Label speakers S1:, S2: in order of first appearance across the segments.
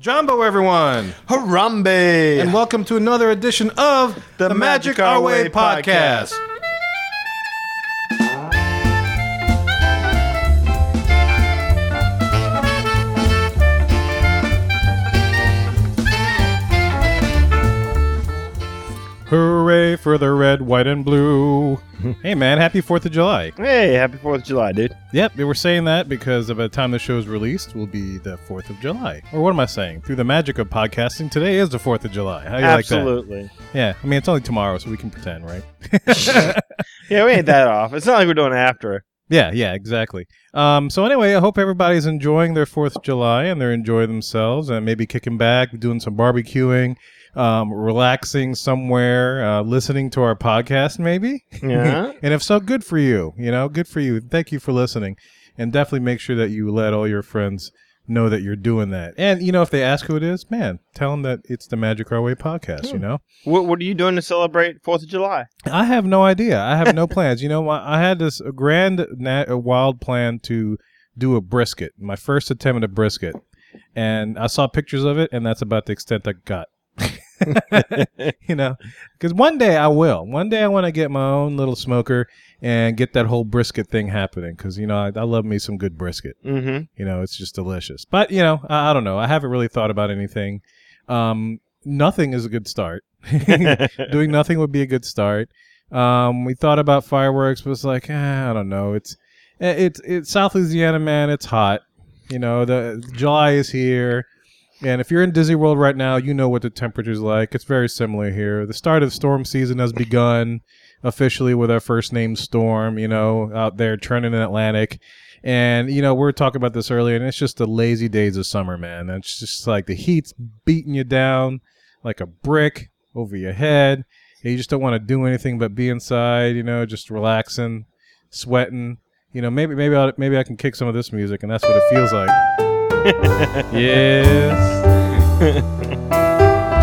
S1: Jumbo, everyone,
S2: Harambe!
S1: and welcome to another edition of the, Magic Our Way podcast. Hooray for the red, white, and blue! hey, man, happy Fourth of July!
S2: hey, happy 4th of July, dude.
S1: Yep, we were saying that because by the time the show is released, will be the Fourth of July. Or what am I saying? Through the magic of podcasting, today is the Fourth of July. How do Oh, you like
S2: Absolutely.
S1: that? Yeah, I mean it's only tomorrow, so we can pretend, right?
S2: Yeah, we ain't that off. It's not like we're doing after.
S1: Yeah, yeah, exactly. Um, so anyway, I hope everybody's enjoying their Fourth of July and they're enjoying themselves and maybe kicking back, doing some barbecuing, um, relaxing somewhere, uh, listening to our podcast, maybe.
S2: Yeah.
S1: And if so, good for you. You know, good for you. Thank you for listening. And definitely make sure that you let all your friends know that you're doing that. And, you know, if they ask who it is, man, tell them that it's the Magic Our Way podcast, you know?
S2: what, what are you doing to celebrate 4th of July?
S1: I have no idea. I have no plans. You know, I I had this grand, na- uh, wild plan to do a brisket, my first attempt at a brisket. And I saw pictures of it, and that's about the extent I got. you know, because one day I will. One day I want to get my own little smoker and get that whole brisket thing happening. Because you know, I, I love me some good brisket.
S3: Mm-hmm.
S2: Mm
S1: You know, it's just delicious. But you know, I, I don't know. I haven't really thought about anything. Um, nothing is a good start.
S2: hmm.
S1: doing nothing would be a good start. Um, we thought about fireworks, but it's like eh, I don't know. It's eh, it's it's South Louisiana, man. It's hot. You know, the July is here, and if you're in Disney World right now, you know what the temperature's like. It's very similar here. The start of storm season has begun officially with our first name storm. You know, out there churning in Atlantic. And you know we are talking about this earlier, and it's just the lazy days of summer, man. It's just like the heat's beating you down like a brick over your head. And you just don't want to do anything but be inside, you know, just relaxing, sweating. You know, maybe maybe I maybe I can kick some of this music, and that's what it feels like. yes.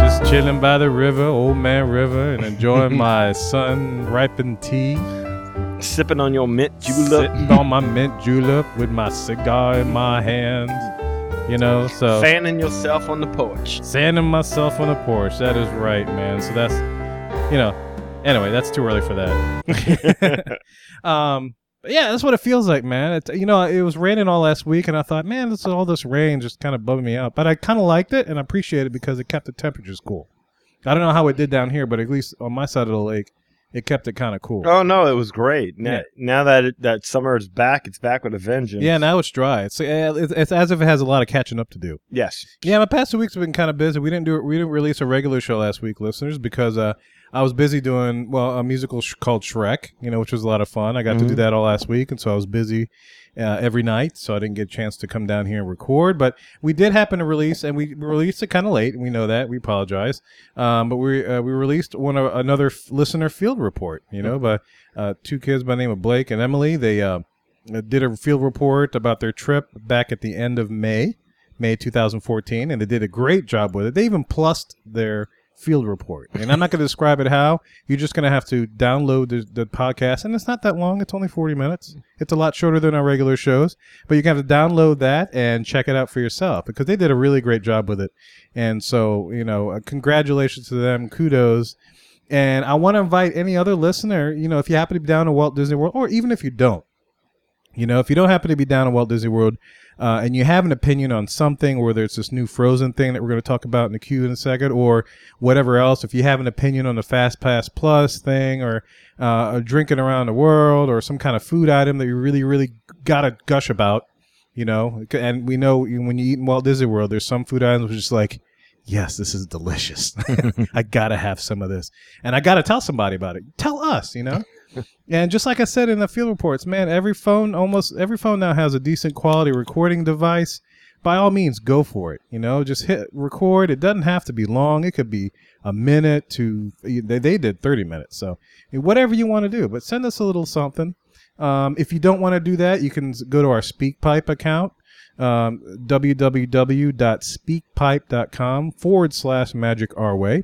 S1: just chilling by the river, old man river, and enjoying my sun ripened tea.
S2: Sipping on your mint julep.
S1: Sitting on my mint julep with my cigar in my hand. You know, so
S2: Fanning yourself on the porch.
S1: Sanding myself on the porch. That is right, man. So that's, you know, anyway, that's too early for that. um, but yeah, that's what it feels like, man. It, you know, it was raining all last week, and I thought, man, this all this rain just kind of bumming me out. But I kind of liked it, and I appreciate it because it kept the temperatures cool. I don't know how it did down here, but at least on my side of the lake, it kept it kind of cool.
S2: Oh, no, it was great. Now,
S1: Yeah.
S2: now that it, that summer is back, it's back with a vengeance.
S1: Yeah, now it's dry. It's, uh, it's it's as if it has a lot of catching up to do.
S2: Yes.
S1: Yeah, my past two weeks have been kind of busy. We didn't do we didn't release a regular show last week, listeners, because uh, I was busy doing well a musical sh- called Shrek, you know, which was a lot of fun. I got to do
S2: Mhm.
S1: that all last week, and so I was busy uh, every night, so I didn't get a chance to come down here and record. But we did happen to release, and we released it kind of late. and We know that. We apologize, um, but we uh, we released one of another f- listener field report. You know, by uh, two kids by the name of Blake and Emily. They uh, did a field report about their trip back at the end of May, May 2014, and they did a great job with it. They even plussed their field report, and I'm not going to describe it how. You're just going to have to download the, the podcast, and it's not that long. It's only 40 minutes. It's a lot shorter than our regular shows, but you can have to download that and check it out for yourself because they did a really great job with it. And so, you know, uh, congratulations to them. Kudos. And I want to invite any other listener, you know, if you happen to be down to Walt Disney World, or even if you don't, you know, if you don't happen to be down at Walt Disney World uh, and you have an opinion on something, whether it's this new Frozen thing that we're going to talk about in the queue in a second, or whatever else, if you have an opinion on the Fast Pass Plus thing, or uh, a drinking around the world, or some kind of food item that you really, really got to gush about, you know, and we know when you eat in Walt Disney World, there's some food items which is like, yes, this is delicious. I got to have some of this. And I got to tell somebody about it. Tell us, you know? And just like I said in the field reports, man, every phone, almost every phone now has a decent quality recording device. By all means, go for it. You know, just hit record. It doesn't have to be long. It could be a minute to, they, they did 30 minutes. So whatever you want to do, but send us a little something. Um, if you don't want to do that, you can go to our SpeakPipe account. um, www.speakpipe.com forward slash magic our way.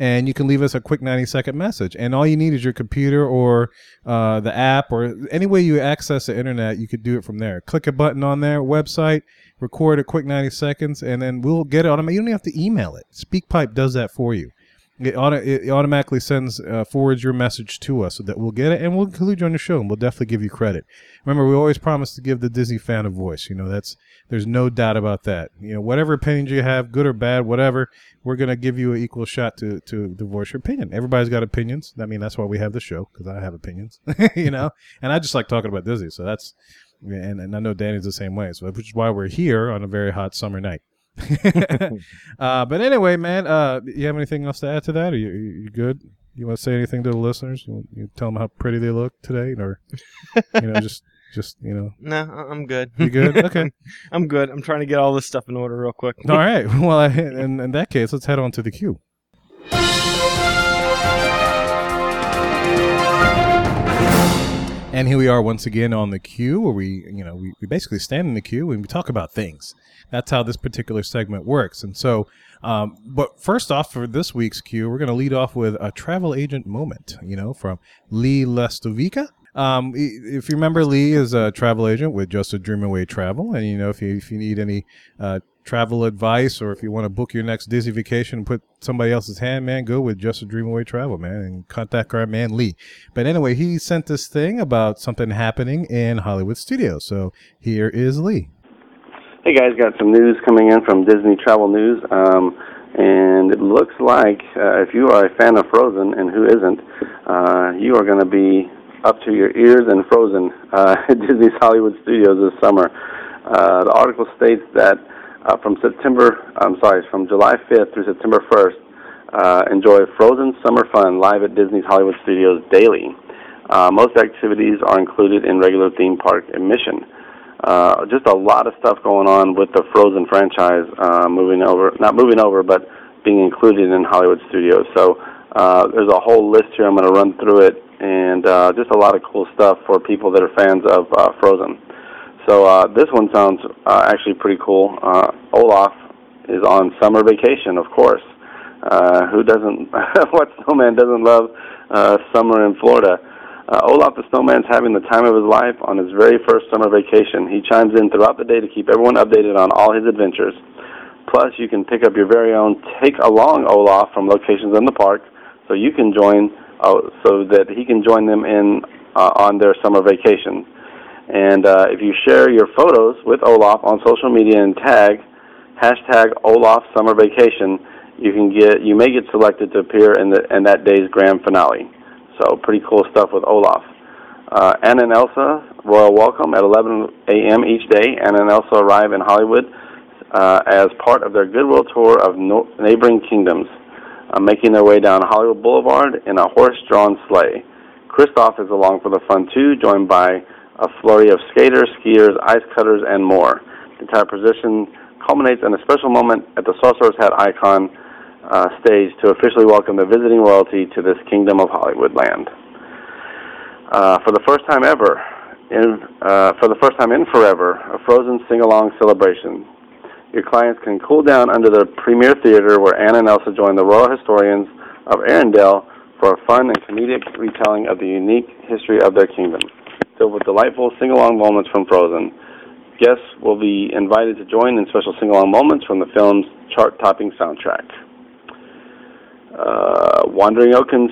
S1: And you can leave us a quick 90 second message. And all you need is your computer or uh, the app or any way you access the internet, you could do it from there. Click a button on their website, record a quick 90 seconds, and then we'll get it automatically. You don't even have to email it. SpeakPipe does that for you. It, auto, it automatically sends uh, forwards your message to us so that we'll get it and we'll include you on the show and we'll definitely give you credit. Remember, we always promise to give the Disney fan a voice. You know, that's there's no doubt about that. You know, whatever opinions you have, good or bad, whatever, we're gonna give you an equal shot to to, to voice your opinion. Everybody's got opinions. I mean, that's why we have the show because I have opinions. you know, and I just like talking about Disney, so that's and, and I know Danny's the same way. So which is why we're here on a very hot summer night. uh, but anyway, man, uh, you have anything else to add to that? Are you, you you good? You want to say anything to the listeners? You, want- you tell them how pretty they look today, or you know, just just you know,
S2: No, I- I'm good.
S1: you good? Okay.
S2: I'm good. I'm trying to get all this stuff in order real quick.
S1: All right. Well, I, in, in that case, let's head on to the queue. And here we are once again on the queue, where we, you know, we, we basically stand in the queue and we talk about things. That's how this particular segment works. And so, um, but first off, for this week's queue, we're going to lead off with a travel agent moment. You know, from Lee Lestovica. Um, i- if you remember, Lee is a travel agent with Just a Dream Away Travel, and you know, if you if you need any uh, travel advice or if you want to book your next Disney vacation and put somebody else's hand, man, go with Just a Dream Away Travel, man, and contact our man Lee. But anyway, he sent this thing about something happening in Hollywood Studios. So here is Lee.
S4: Hey guys, got some news coming in from Disney Travel News, um, and it looks like uh, if you are a fan of Frozen, and who isn't, uh, you are going to be up to your ears in Frozen uh, at Disney's Hollywood Studios this summer. Uh, the article states that uh, from September, I'm sorry, from July 5th through September 1st, uh, enjoy Frozen Summer Fun live at Disney's Hollywood Studios daily. Uh, most activities are included in regular theme park admission. Uh, just a lot of stuff going on with the Frozen franchise uh, moving over, not moving over, but being included in Hollywood Studios. So uh, there's a whole list here. I'm going to run through it, and uh, just a lot of cool stuff for people that are fans of uh, Frozen. So uh, this one sounds uh, actually pretty cool. Uh, Olaf is on summer vacation, of course. Uh, who doesn't? what snowman doesn't love uh, summer in Florida? Uh, Olaf the snowman's having the time of his life on his very first summer vacation. He chimes in throughout the day to keep everyone updated on all his adventures. Plus, you can pick up your very own Take Along Olaf from locations in the park, so you can join, uh, so that he can join them in uh, on their summer vacation. And uh, if you share your photos with Olaf on social media and tag hashtag Olaf Summer Vacation, you can get you may get selected to appear in the in that day's grand finale. So pretty cool stuff with Olaf. Uh, Anna and Elsa royal welcome at 11 a.m. each day. Anna and Elsa arrive in Hollywood uh, as part of their goodwill tour of no- neighboring kingdoms, uh, making their way down Hollywood Boulevard in a horse-drawn sleigh. Kristoff is along for the fun too, joined by a flurry of skaters, skiers, ice cutters, and more. The entire procession culminates in a special moment at the Sorcerer's Hat Icon uh, stage to officially welcome the visiting royalty to this kingdom of Hollywood land. Uh, for the first time ever, in, uh, for the first time in forever, a Frozen sing-along celebration. Your clients can cool down under the Premier Theater where Anna and Elsa join the Royal Historians of Arendelle for a fun and comedic retelling of the unique history of their kingdom, filled with delightful sing-along moments from Frozen. Guests will be invited to join in special sing-along moments from the film's chart-topping soundtrack. Uh, Wandering Oaken's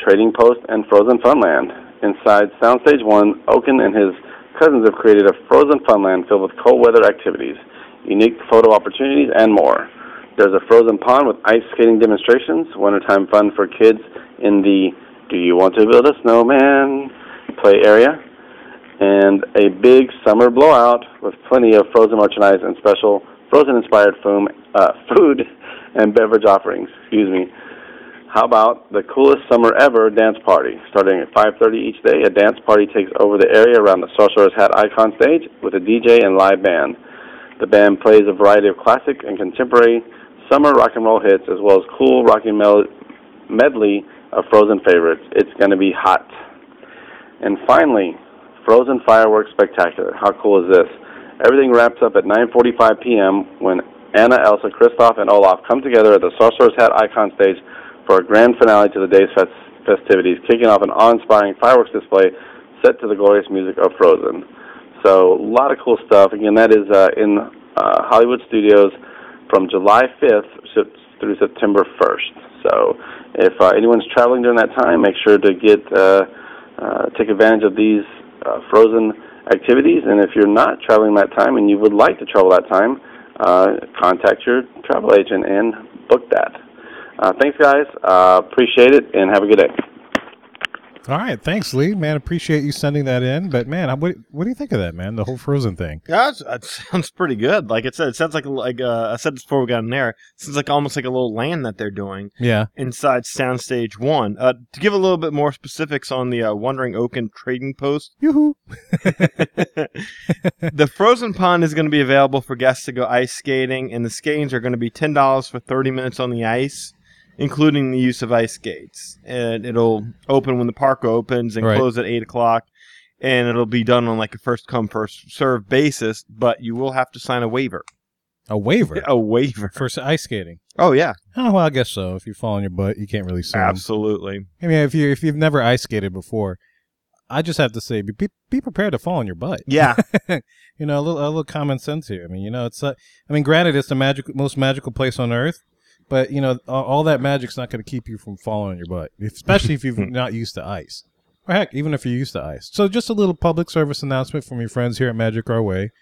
S4: Trading Post and Frozen Funland. Inside Soundstage 1, Oaken and his cousins have created a Frozen Funland filled with cold weather activities, unique photo opportunities, and more. There's a frozen pond with ice skating demonstrations, wintertime fun for kids in the Do You Want to Build a Snowman play area, and a big summer blowout with plenty of frozen merchandise and special frozen inspired foam, uh, food and beverage offerings. Excuse me. How about the coolest summer ever dance party? Starting at 5:30 each day, a dance party takes over the area around the Sorcerer's Hat Icon stage with a DJ and live band. The band plays a variety of classic and contemporary summer rock and roll hits, as well as cool rocking mel- medley of Frozen favorites. It's going to be hot. And finally, Frozen Fireworks Spectacular. How cool is this? Everything wraps up at 9:45 p.m. when Anna, Elsa, Kristoff, and Olaf come together at the Sorcerer's Hat Icon stage for a grand finale to the day's fest- festivities, kicking off an awe-inspiring fireworks display set to the glorious music of Frozen. So a lot of cool stuff. Again, that is uh, in uh, Hollywood Studios from July 5th se- through September 1st. So if uh, anyone's traveling during that time, make sure to get uh, uh, take advantage of these uh, Frozen activities. And if you're not traveling that time and you would like to travel that time, uh, contact your travel agent and book that. Uh, thanks, guys. Uh, appreciate it, and have a good day.
S1: All right, thanks, Lee. Man, appreciate you sending that in. But man, I- what what do you think of that, man? The whole Frozen thing.
S3: Yeah, it's- it sounds pretty good. Like I said, it sounds like like uh, I said this before we got in there. It sounds like almost like a little land that they're doing
S1: Yeah,
S3: inside Soundstage One. Uh, to give a little bit more specifics on the uh, Wandering Oak and Trading Post,
S1: yoo-hoo.
S3: the frozen pond is going to be available for guests to go ice skating, and the skatings are going to be ten dollars for thirty minutes on the ice, including the use of ice skates. And it'll open when the park opens and
S1: Right.
S3: close at eight o'clock. And it'll be done on like a first come first serve basis, but you will have to sign a waiver.
S1: A waiver
S3: A waiver.
S1: for s- ice skating.
S3: Oh yeah,
S1: Oh well, I guess so. If you fall on your butt, you can't really sue. 'em.
S3: absolutely.
S1: I mean, if you if you've never ice skated before, I just have to say, be be- be prepared to fall on your butt.
S3: Yeah,
S1: you know, a little, a little common sense here. I mean, you know, it's uh, I mean, granted, it's the magic, most magical place on earth, but you know, all, all that magic's not going to keep you from falling on your butt, especially if you're not used to ice. Or heck, even if you're used to ice. So, just a little public service announcement from your friends here at Magic Our Way.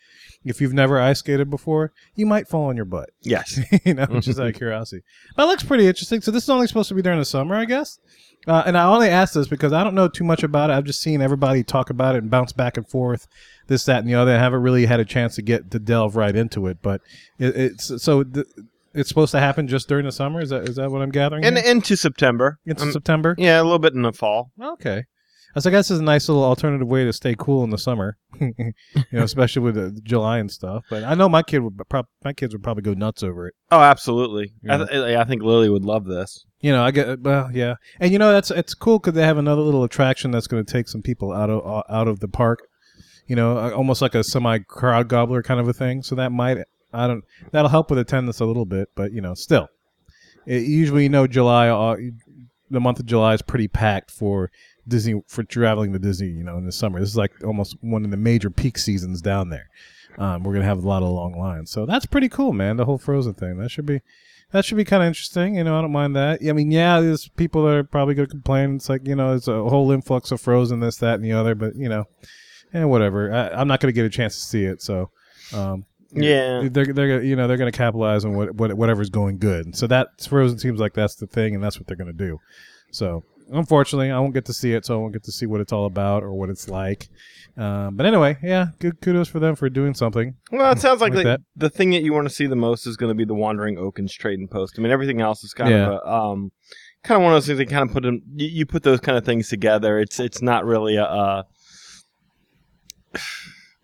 S1: If you've never ice skated before, you might fall on your butt.
S3: yes.
S1: you know, just out of curiosity. But it looks pretty interesting. So this is only supposed to be during the summer, I guess. Uh, and I only asked this because I don't know too much about it. I've just seen everybody talk about it and bounce back and forth, this, that, and the other. I haven't really had a chance to get to delve right into it. But it, it's so th- it's supposed to happen just during the summer. Is that is that what I'm gathering?
S3: And
S1: here?
S3: into September.
S1: it's
S3: Um,
S1: September.
S3: yeah, a little bit in the fall.
S1: Okay. Uh, So I guess it's a nice little alternative way to stay cool in the summer, you know, especially with uh, July and stuff. But I know my kid would prob- my kids would probably go nuts over it.
S3: Oh, absolutely. I, th- I think Lily would love this.
S1: You know, I get well, yeah, and you know that's it's cool because they have another little attraction that's going to take some people out of uh, out of the park. You know, uh, almost like a semi crowd gobbler kind of a thing. So that might I don't that'll help with attendance a little bit, but you know, still, it, usually you know July, uh, the month of July is pretty packed for Disney for traveling to Disney. You know, in the summer, this is like almost one of the major peak seasons down there. Um, we're gonna have a lot of long lines, so that's pretty cool, man. The whole Frozen thing that should be that should be kind of interesting. You know, I don't mind that. I mean, yeah, there's people that are probably going to complain. It's like, you know, it's a whole influx of Frozen, this, that, and the other. But, you know, and whatever. I, I'm not going to get a chance to see it. So, um,
S3: Yeah.
S1: they're, they're you know they're going to capitalize on what, what whatever's going good. And so that Frozen seems like that's the thing, and that's what they're going to do. So unfortunately, I won't get to see it, so I won't get to see what it's all about or what it's like. Um, but anyway, yeah, good kudos for them for doing something.
S3: Well, it sounds like,
S1: Like
S3: the,
S1: that.
S3: the thing that you want to see the most is going to be the Wandering Oakens trading post. I mean, everything else is kind
S1: Yeah.
S3: of a, um, kind of one of those things that kind of put in. You, you put those kind of things together. It's it's not really a. Uh,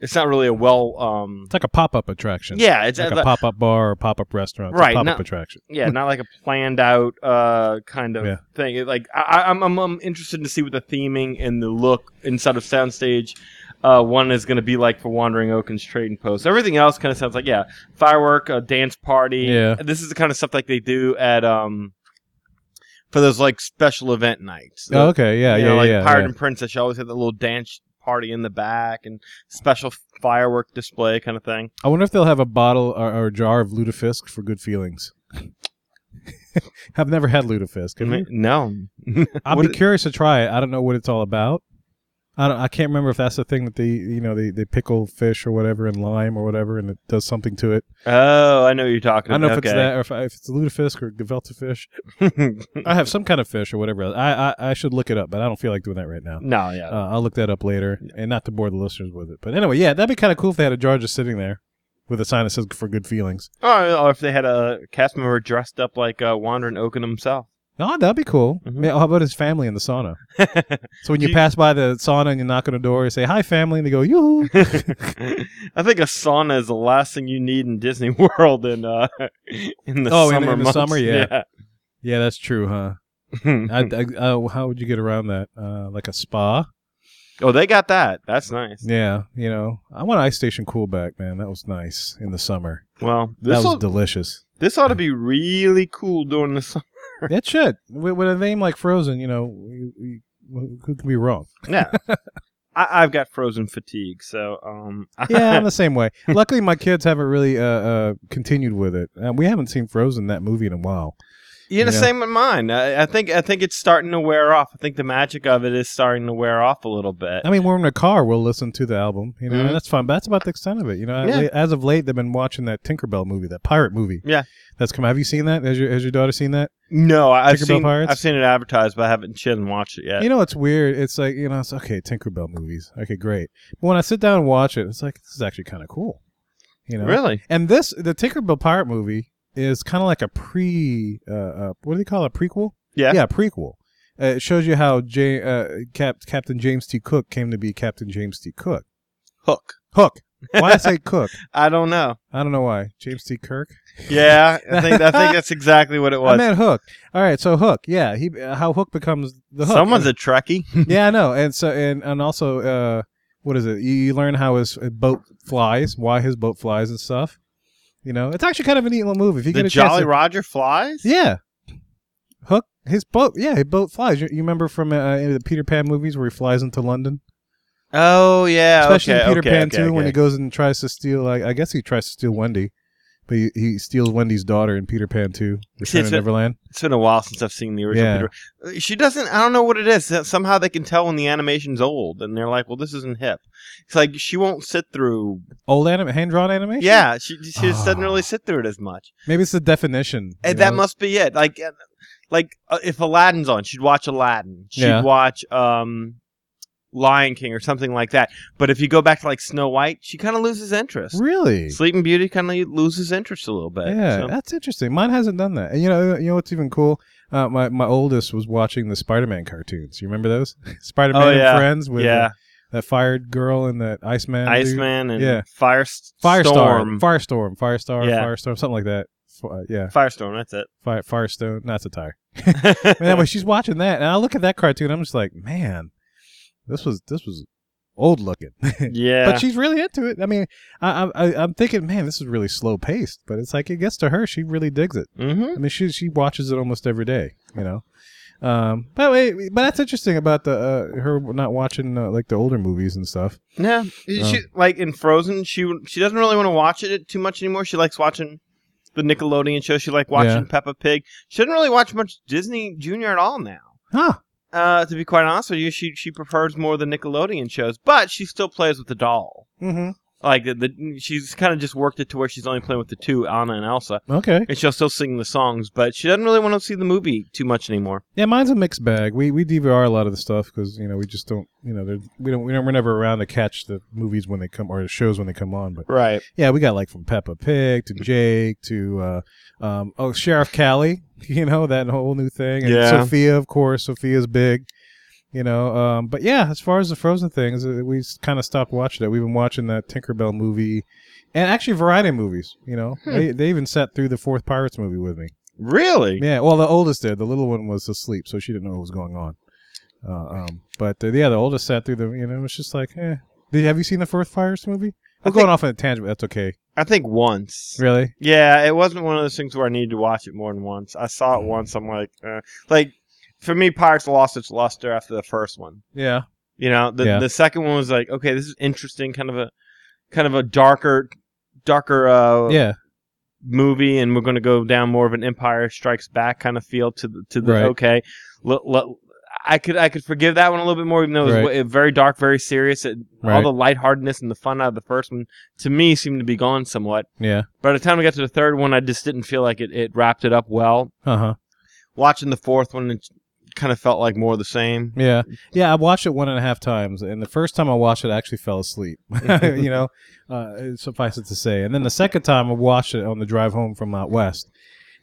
S3: it's not really a well. Um,
S1: It's like a pop up attraction.
S3: yeah, it's
S1: Like a pop up bar or pop up restaurant.
S3: Right,
S1: Pop up
S3: not-
S1: attraction.
S3: yeah, not like a planned out uh, kind of
S1: Yeah.
S3: thing. It, Like I, I- I'm, I'm I'm interested to see what the theming and the look inside of Soundstage. Uh, one is going to be like for Wandering Oaken's Trading Post. Everything else kind of sounds like yeah, firework, a dance party.
S1: Yeah.
S3: this is the kind of stuff like they do at um for those like special event nights.
S1: Oh, okay, yeah,
S3: You
S1: yeah,
S3: know, like
S1: yeah,
S3: Pirate
S1: yeah.
S3: and Princess, you always have the little dance party in the back and special firework display kind of thing.
S1: I wonder if they'll have a bottle or, or a jar of lutefisk for good feelings. I've never had lutefisk. have you?
S3: No,
S1: I'd
S3: What
S1: be
S3: it-
S1: curious to try it. I don't know what it's all about. I don't, I can't remember if that's the thing that they you know they, they pickle fish or whatever in lime or whatever and it does something to it.
S3: oh, I know what you're
S1: I
S3: talking.
S1: don't know if
S3: about.
S1: it's that or if, I- if it's lutefisk or gefilte fish.
S3: it's that.
S1: I have some kind of fish or whatever. else. I, I I should look it up, but I don't feel like doing that right now.
S3: No, yeah.
S1: Uh, I'll look that up later, and not to bore the listeners with it. But anyway, yeah, that'd be kind of cool if they had a jar just sitting there with a sign that says "for good feelings."
S3: or, or if they had a cast member dressed up like uh, Wandering Oaken himself.
S1: Oh, that'd be cool.
S3: Mhm.
S1: Yeah, how about his family in the sauna? So when you
S3: Do you-
S1: pass by the sauna and you knock on the door, you say hi, family, and they go yoo.
S3: I think a sauna is the last thing you need in Disney World in uh, in the
S1: Oh, in-
S3: summer
S1: in the
S3: months.
S1: summer, yeah. yeah, that's true, huh? I, I, uh, how would you get around that? Uh, like a spa?
S3: Oh, they got that. That's nice.
S1: Yeah, you know, I want Ice Station Cool back, man. That was nice in the summer.
S3: Well,
S1: That
S3: this
S1: was
S3: will,
S1: delicious.
S3: this ought to be really cool during the summer.
S1: That should. With, with a name like Frozen, you know, we- we- who can be wrong?
S3: Yeah. I, I've got frozen fatigue, so um, I,
S1: Yeah, I'm the same way. Luckily, my kids haven't really uh, uh, continued with it. Uh, we haven't seen Frozen that movie in a while.
S3: you know,
S1: Yeah.
S3: same with mine. I, I think I think it's starting to wear off. I think the magic of it is starting to wear off a little bit.
S1: I mean, we're in a car, we'll listen to the album, you know,
S3: Mhm.
S1: and that's fine. But that's about the extent of it, you know.
S3: Yeah.
S1: As of late, they've been watching that Tinkerbell movie, that pirate movie.
S3: Yeah.
S1: that's come. Have you seen that? Has your has your daughter seen that?
S3: No, I- I've
S1: Tinkerbell
S3: seen
S1: Pirates?
S3: I've seen it advertised, but I haven't she hasn't watched it yet.
S1: You know, it's weird. It's like you know, it's okay, Tinkerbell movies. Okay, great. But when I sit down and watch it, it's like this is actually kind of cool. You know,
S3: Really?
S1: And this, the Tinkerbell pirate movie, is kind of like a pre. Uh, uh, what do they call it? Prequel.
S3: Yeah.
S1: Yeah, prequel. Uh, it shows you how J- uh, Cap- Captain James T. Cook came to be Captain James T. Cook.
S3: Hook.
S1: Hook. Why I say Cook?
S3: I don't know.
S1: I don't know why. James T. Kirk.
S3: Yeah, I think I think that's exactly what it
S1: I
S3: was.
S1: meant Hook. All right, so Hook. Yeah, he uh, how Hook becomes the Hook.
S3: Someone's a Trekkie.
S1: yeah, I know. And so and and also uh what is it? You, you learn how his uh, boat flies, why his boat flies and stuff. You know, it's actually kind of a neat little move. If you get
S3: The
S1: a chance
S3: Jolly
S1: to-
S3: Roger flies.
S1: Yeah. Hook his boat. Yeah, his boat flies. You, you remember from uh, any of the Peter Pan movies where he flies into London?
S3: Oh yeah.
S1: Especially
S3: okay,
S1: in Peter
S3: okay,
S1: Pan
S3: okay,
S1: 2 when
S3: okay.
S1: he goes and tries to steal I, I guess he tries to steal Wendy, but he, he steals Wendy's daughter in Peter Pan 2, Return
S3: it's
S1: to
S3: a-
S1: Neverland.
S3: It's been a while since I've seen the original
S1: Yeah.
S3: Peter. Uh, She doesn't. I don't know what it is. that Somehow they can tell when the animation's old, and they're like, "Well, this isn't hip." It's like she won't sit through.
S1: Old anim- hand-drawn animation?
S3: Yeah, she she just doesn't
S1: Ah.
S3: really sit through it as much.
S1: Maybe it's the definition. you
S3: And that
S1: know?
S3: must be it. Like, uh, like uh, if Aladdin's on, she'd watch Aladdin. She'd
S1: Yeah.
S3: watch um, Lion King or something like that. But if you go back to like Snow White, she kind of loses interest.
S1: Really?
S3: Sleeping Beauty kind of loses interest a little bit.
S1: Yeah,
S3: so-
S1: that's interesting. Mine hasn't done that. And you know, you know what's even cool? Uh, my my oldest was watching the Spider-Man cartoons. You remember those? Spider-Man
S3: Oh, yeah.
S1: and Friends with
S3: yeah.
S1: uh, that fired girl and that Iceman. dude.
S3: Iceman and
S1: Yeah.
S3: Fire
S1: Firestorm,
S3: Firestorm.
S1: Firestorm, Firestar,
S3: Yeah.
S1: Firestorm, something like that. F- uh, yeah,
S3: Firestorm. That's it.
S1: Fire, Firestone. No, it's a tire. And anyway, she's watching that, and I look at that cartoon. I'm just like, man, this was this was old looking.
S3: yeah.
S1: But she's really into it. I mean, I, I- I, I'm thinking, man, this is really slow paced. But it's like it gets to her; she really digs it.
S3: mm-hmm.
S1: I mean, she she watches it almost every day, you know. Um, but wait, but that's interesting about the uh, her not watching uh, like the older movies and stuff.
S3: Yeah.
S1: Oh.
S3: She, like in Frozen, she she doesn't really want to watch it too much anymore. She likes watching the Nickelodeon show. She likes watching
S1: Yeah.
S3: Peppa Pig. She doesn't really watch much Disney Junior at all now.
S1: Huh?
S3: Uh, to be quite honest with you, she she prefers more the Nickelodeon shows, but she still plays with the doll.
S1: Mm-hmm.
S3: Like the, the she's kind of just worked it to where she's only playing with the two Anna and Elsa,
S1: Okay.
S3: and she'll still sing the songs, but she doesn't really want to see the movie too much anymore.
S1: Yeah, mine's a mixed bag. We we DVR a lot of the stuff because you know we just don't you know there- we don't we don't we're never around to catch the movies when they come or the shows when they come on. But
S3: Right.
S1: yeah, we got like from Peppa Pig to Jake to uh, um, oh Sheriff Callie, you know that whole new thing. And
S3: Yeah.
S1: Sophia, of course. Sophia's big, you know. Um, but yeah, as far as the Frozen things, uh, we kind of stopped watching that. We've been watching that Tinkerbell movie, and actually variety movies. You know, they, they even sat through the fourth Pirates movie with me.
S3: Really?
S1: Yeah, well, the oldest did. The little one was asleep, so she didn't know what was going on. Uh, um, but uh, yeah, the oldest sat through the. You know, it was just like, eh. Did, have you seen the fourth Pirates movie?
S3: I
S1: We're
S3: think-
S1: going off on a tangent. but That's okay.
S3: I think once.
S1: Really?
S3: Yeah, it wasn't one of those things where I needed to watch it more than once. I saw
S1: Mm-hmm.
S3: it once. I'm like, uh, like for me, Pirates lost its luster after the first one.
S1: Yeah.
S3: You know, the
S1: Yeah.
S3: the second one was like, okay, this is interesting, kind of a kind of a darker, darker uh,
S1: Yeah.
S3: movie, and we're going to go down more of an Empire Strikes Back kind of feel to the to the
S1: Right.
S3: okay. L- l- I could I could forgive that one a little bit more, even though it was
S1: Right.
S3: w- very dark, very serious. It, All
S1: Right.
S3: the lightheartedness and the fun out of the first one to me seemed to be gone somewhat.
S1: Yeah.
S3: By the time we got to the third one, I just didn't feel like it, it wrapped it up well.
S1: Uh huh.
S3: Watching the fourth one, it kind of felt like more of the same.
S1: Yeah. Yeah. I watched it one and a half times, and the first time I watched it, I actually fell asleep. you know, uh, suffice it to say. And then the second time I watched it on the drive home from out west,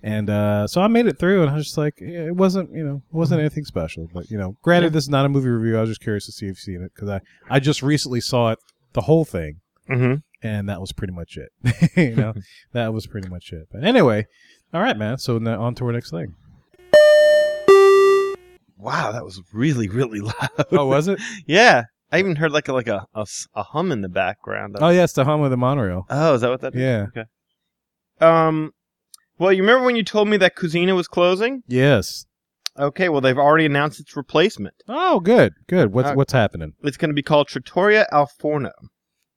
S1: and uh, so I made it through, and I was just like, yeah, it wasn't, you know, it wasn't anything special. But you know, granted,
S3: Yeah.
S1: this is not a movie review. I was just curious to see if you've seen it because I I just recently saw it, the whole thing.
S3: Mm-hmm.
S1: and that was pretty much it. you know, that was pretty much it. But anyway, all right, man. So now on to our next thing.
S3: Wow, that was really, really loud.
S1: Oh, was it?
S3: yeah. I even heard like a, like a, a s- a hum in the background.
S1: Oh yeah, it's the home of the monorail.
S3: Oh, is that what that is?
S1: Yeah.
S3: Um, well, you remember when you told me that Cucina was closing?
S1: Yes.
S3: Okay, well, they've already announced its replacement.
S1: Oh, good, good. What's
S3: Uh,
S1: what's happening?
S3: It's going to be called Trattoria Al Forno.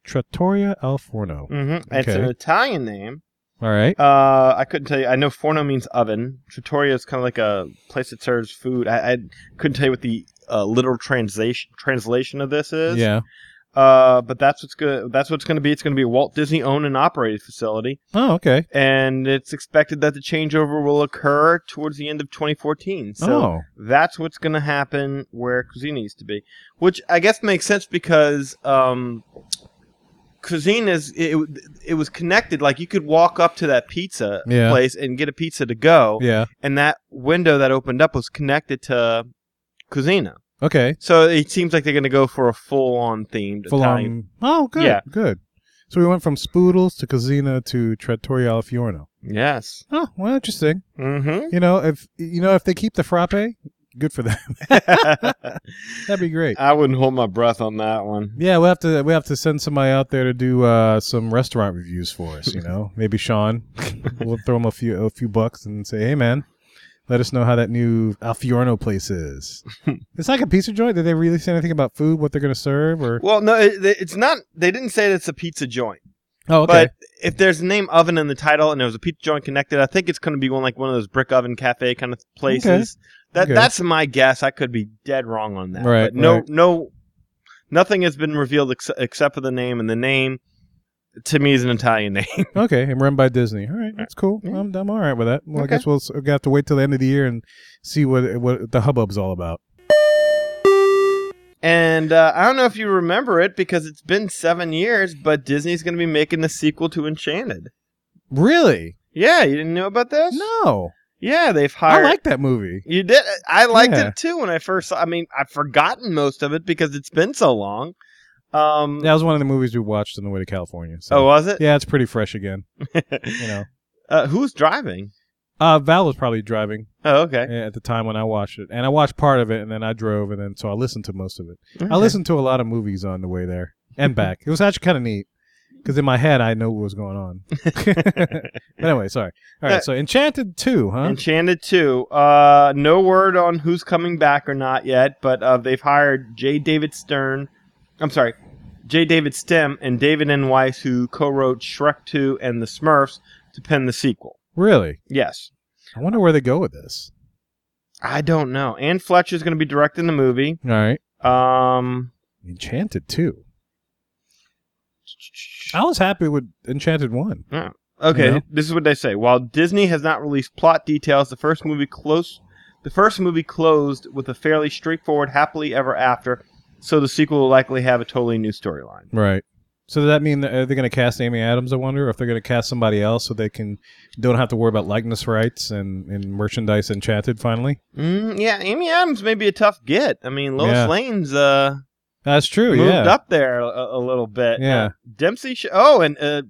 S1: Trattoria Al Forno.
S3: Mm-hmm. It's an
S1: Okay.
S3: Italian name.
S1: All right.
S3: Uh, I couldn't tell you. I know Forno means oven. Trattoria is kind of like a place that serves food. I, I couldn't tell you what the uh, literal translation translation of this is.
S1: Yeah.
S3: Uh, but that's what's good. That's what's going to be. It's going to be a Walt Disney owned and operated facility,
S1: Oh, okay.
S3: and it's expected that the changeover will occur towards the end of 2014. So
S1: oh,
S3: that's what's going to happen where cuisine needs to be, which I guess makes sense because um, cuisine is it, it was connected. Like you could walk up to that pizza
S1: Yeah.
S3: place and get a pizza to go,
S1: Oh, yeah.
S3: and that window that opened up was connected to Cucina.
S1: Okay.
S3: So it seems like they're going to go for a full-on themed
S1: Full
S3: Italian.
S1: on. Oh, good.
S3: Yeah.
S1: Good. So we went from spoodles to Casina to Trattoria Al Fiorno.
S3: Yes.
S1: Oh, well, interesting.
S3: Mm-hmm.
S1: You know, if you know if they keep the frappe, good for them. That'd be great.
S3: I wouldn't hold my breath on that one.
S1: Yeah, we have to we have to send somebody out there to do uh, some restaurant reviews for us. You know, maybe Sean. we'll throw him a few a few bucks and say, "Hey, man, let us know how that new Al Fiorno place is." it's like a pizza joint. Did they really say anything about food? What they're going to serve? Or
S3: Well, no, it, it's not. They didn't say it's a pizza joint.
S1: oh, okay,
S3: But if there's the name oven in the title and there's a pizza joint connected, I think it's going to be one like one of those brick oven cafe kind of places. That
S1: Okay.
S3: that's my guess. I could be dead wrong on that.
S1: Right,
S3: But no,
S1: right.
S3: no, nothing has been revealed ex- except for the name, and the name to me is an Italian name.
S1: okay, and run by Disney. All right, that's cool.
S3: Yeah.
S1: I'm, I'm all right with that. Well,
S3: Okay.
S1: I guess we'll, s- we'll have to wait till the end of the year and see what what the hubbub's all about.
S3: and uh, I don't know if you remember it because it's been seven years, but Disney's going to be making the sequel to Enchanted.
S1: Really?
S3: Yeah, you didn't know about this?
S1: No,
S3: Yeah, they've
S1: I
S3: hired.
S1: like that movie.
S3: You did. I liked
S1: Yeah.
S3: it too when I first saw. I mean, I've forgotten most of it because it's been so long. Um,
S1: That was one of the movies we watched on the way to California. So.
S3: Oh, was it?
S1: yeah, it's pretty fresh again. You know.
S3: uh, who's driving?
S1: Uh, Val was probably driving
S3: Oh, okay.
S1: at the time when I watched it, and I watched part of it, and then I drove, and then so I listened to most of it. I
S3: Okay.
S1: listened to a lot of movies on the way there and back. it was actually kind of neat because in my head I know what was going on. but anyway, sorry. All
S3: Uh,
S1: right, so Enchanted two, huh?
S3: Enchanted 2. Uh, no word on who's coming back or not yet, but uh, they've hired J. David Stern. I'm sorry, J. David Stem and David N. Weiss, who co wrote Shrek 2 and The Smurfs, to pen the sequel.
S1: really?
S3: Yes.
S1: I wonder where they go with this.
S3: I don't know. Anne Fletcher's going to be directing the movie.
S1: All right,
S3: Um,
S1: Enchanted two. I was happy with Enchanted one.
S3: Okay,
S1: You know?
S3: this is what they say. While Disney has not released plot details, the first movie close the first movie closed with a fairly straightforward happily ever after, so the sequel will likely have a totally new storyline.
S1: Right. So does that mean that are they going to cast Amy Adams? I wonder, or if they're going to cast somebody else so they can don't have to worry about likeness rights and, and merchandise enchanted. Finally,
S3: Mm, yeah, Amy Adams may be a tough get. I mean, Lois
S1: Yeah.
S3: Lane's uh
S1: that's true.
S3: moved
S1: yeah.
S3: up there a, a little bit.
S1: Yeah.
S3: Uh, Dempsey. Sh- oh, and uh,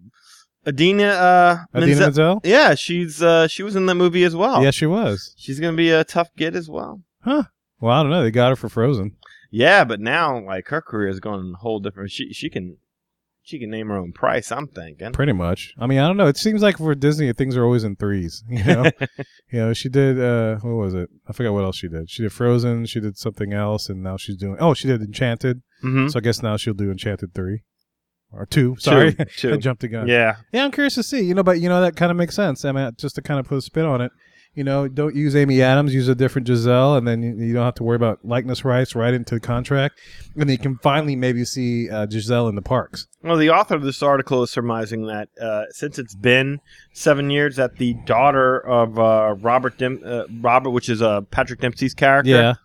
S3: Adina. Uh,
S1: Adina
S3: Menzel-
S1: Menzel?
S3: yeah, she's uh, she was in the movie as well.
S1: Yes, she was.
S3: she's gonna be a tough get as well.
S1: Well, I don't know. They got her for Frozen.
S3: Yeah, but now like her career is going a whole different. She she can she can name her own price. I'm thinking.
S1: Pretty much. I mean, I don't know. It seems like for Disney, things are always in threes. You know, you know. She did. Uh, what was it? I forgot what else she did. She did Frozen. She did something else, and now she's doing. Oh, she did Enchanted.
S3: Mm-hmm.
S1: So I guess now she'll do Enchanted three or two. Sorry, I jumped the gun.
S3: yeah.
S1: Yeah, I'm curious to see. You know, but you know that kind of makes sense. I mean, just to kind of put a spin on it, you know, don't use Amy Adams, use a different Giselle, and then you, you don't have to worry about likeness rights right into the contract, and you can finally maybe see uh, Giselle in the parks.
S3: Well, the author of this article is surmising that uh, since it's been seven years that the daughter of uh, Robert Dem- uh, Robert, which is uh, Patrick Dempsey's character,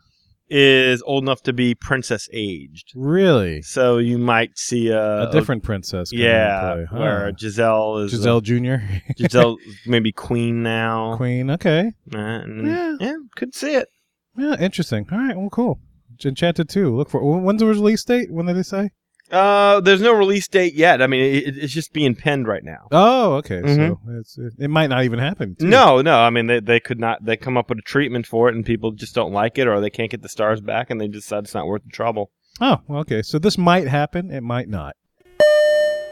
S3: is old enough to be princess aged.
S1: really,
S3: So you might see a,
S1: a different princess. come in
S3: Uh, yeah,
S1: play, huh?
S3: where Giselle is uh,
S1: Giselle Junior,
S3: Giselle maybe queen now. Uh,
S1: Queen. Okay,
S3: And,
S1: Yeah.
S3: yeah, could see it.
S1: yeah, interesting. All right, well, cool. Enchanted two. Look for when's the release date? When did they say?
S3: Uh, there's no release date yet. I mean, it, it's just being penned right now.
S1: Oh, okay. So it's, it, it might not even happen. too.
S3: Mm-hmm. No, no. I mean, they, they could not. They come up with a treatment for it, and people just don't like it, or they can't get the stars back, and they decide it's not worth the trouble.
S1: Oh, well, okay. So this might happen. It might not.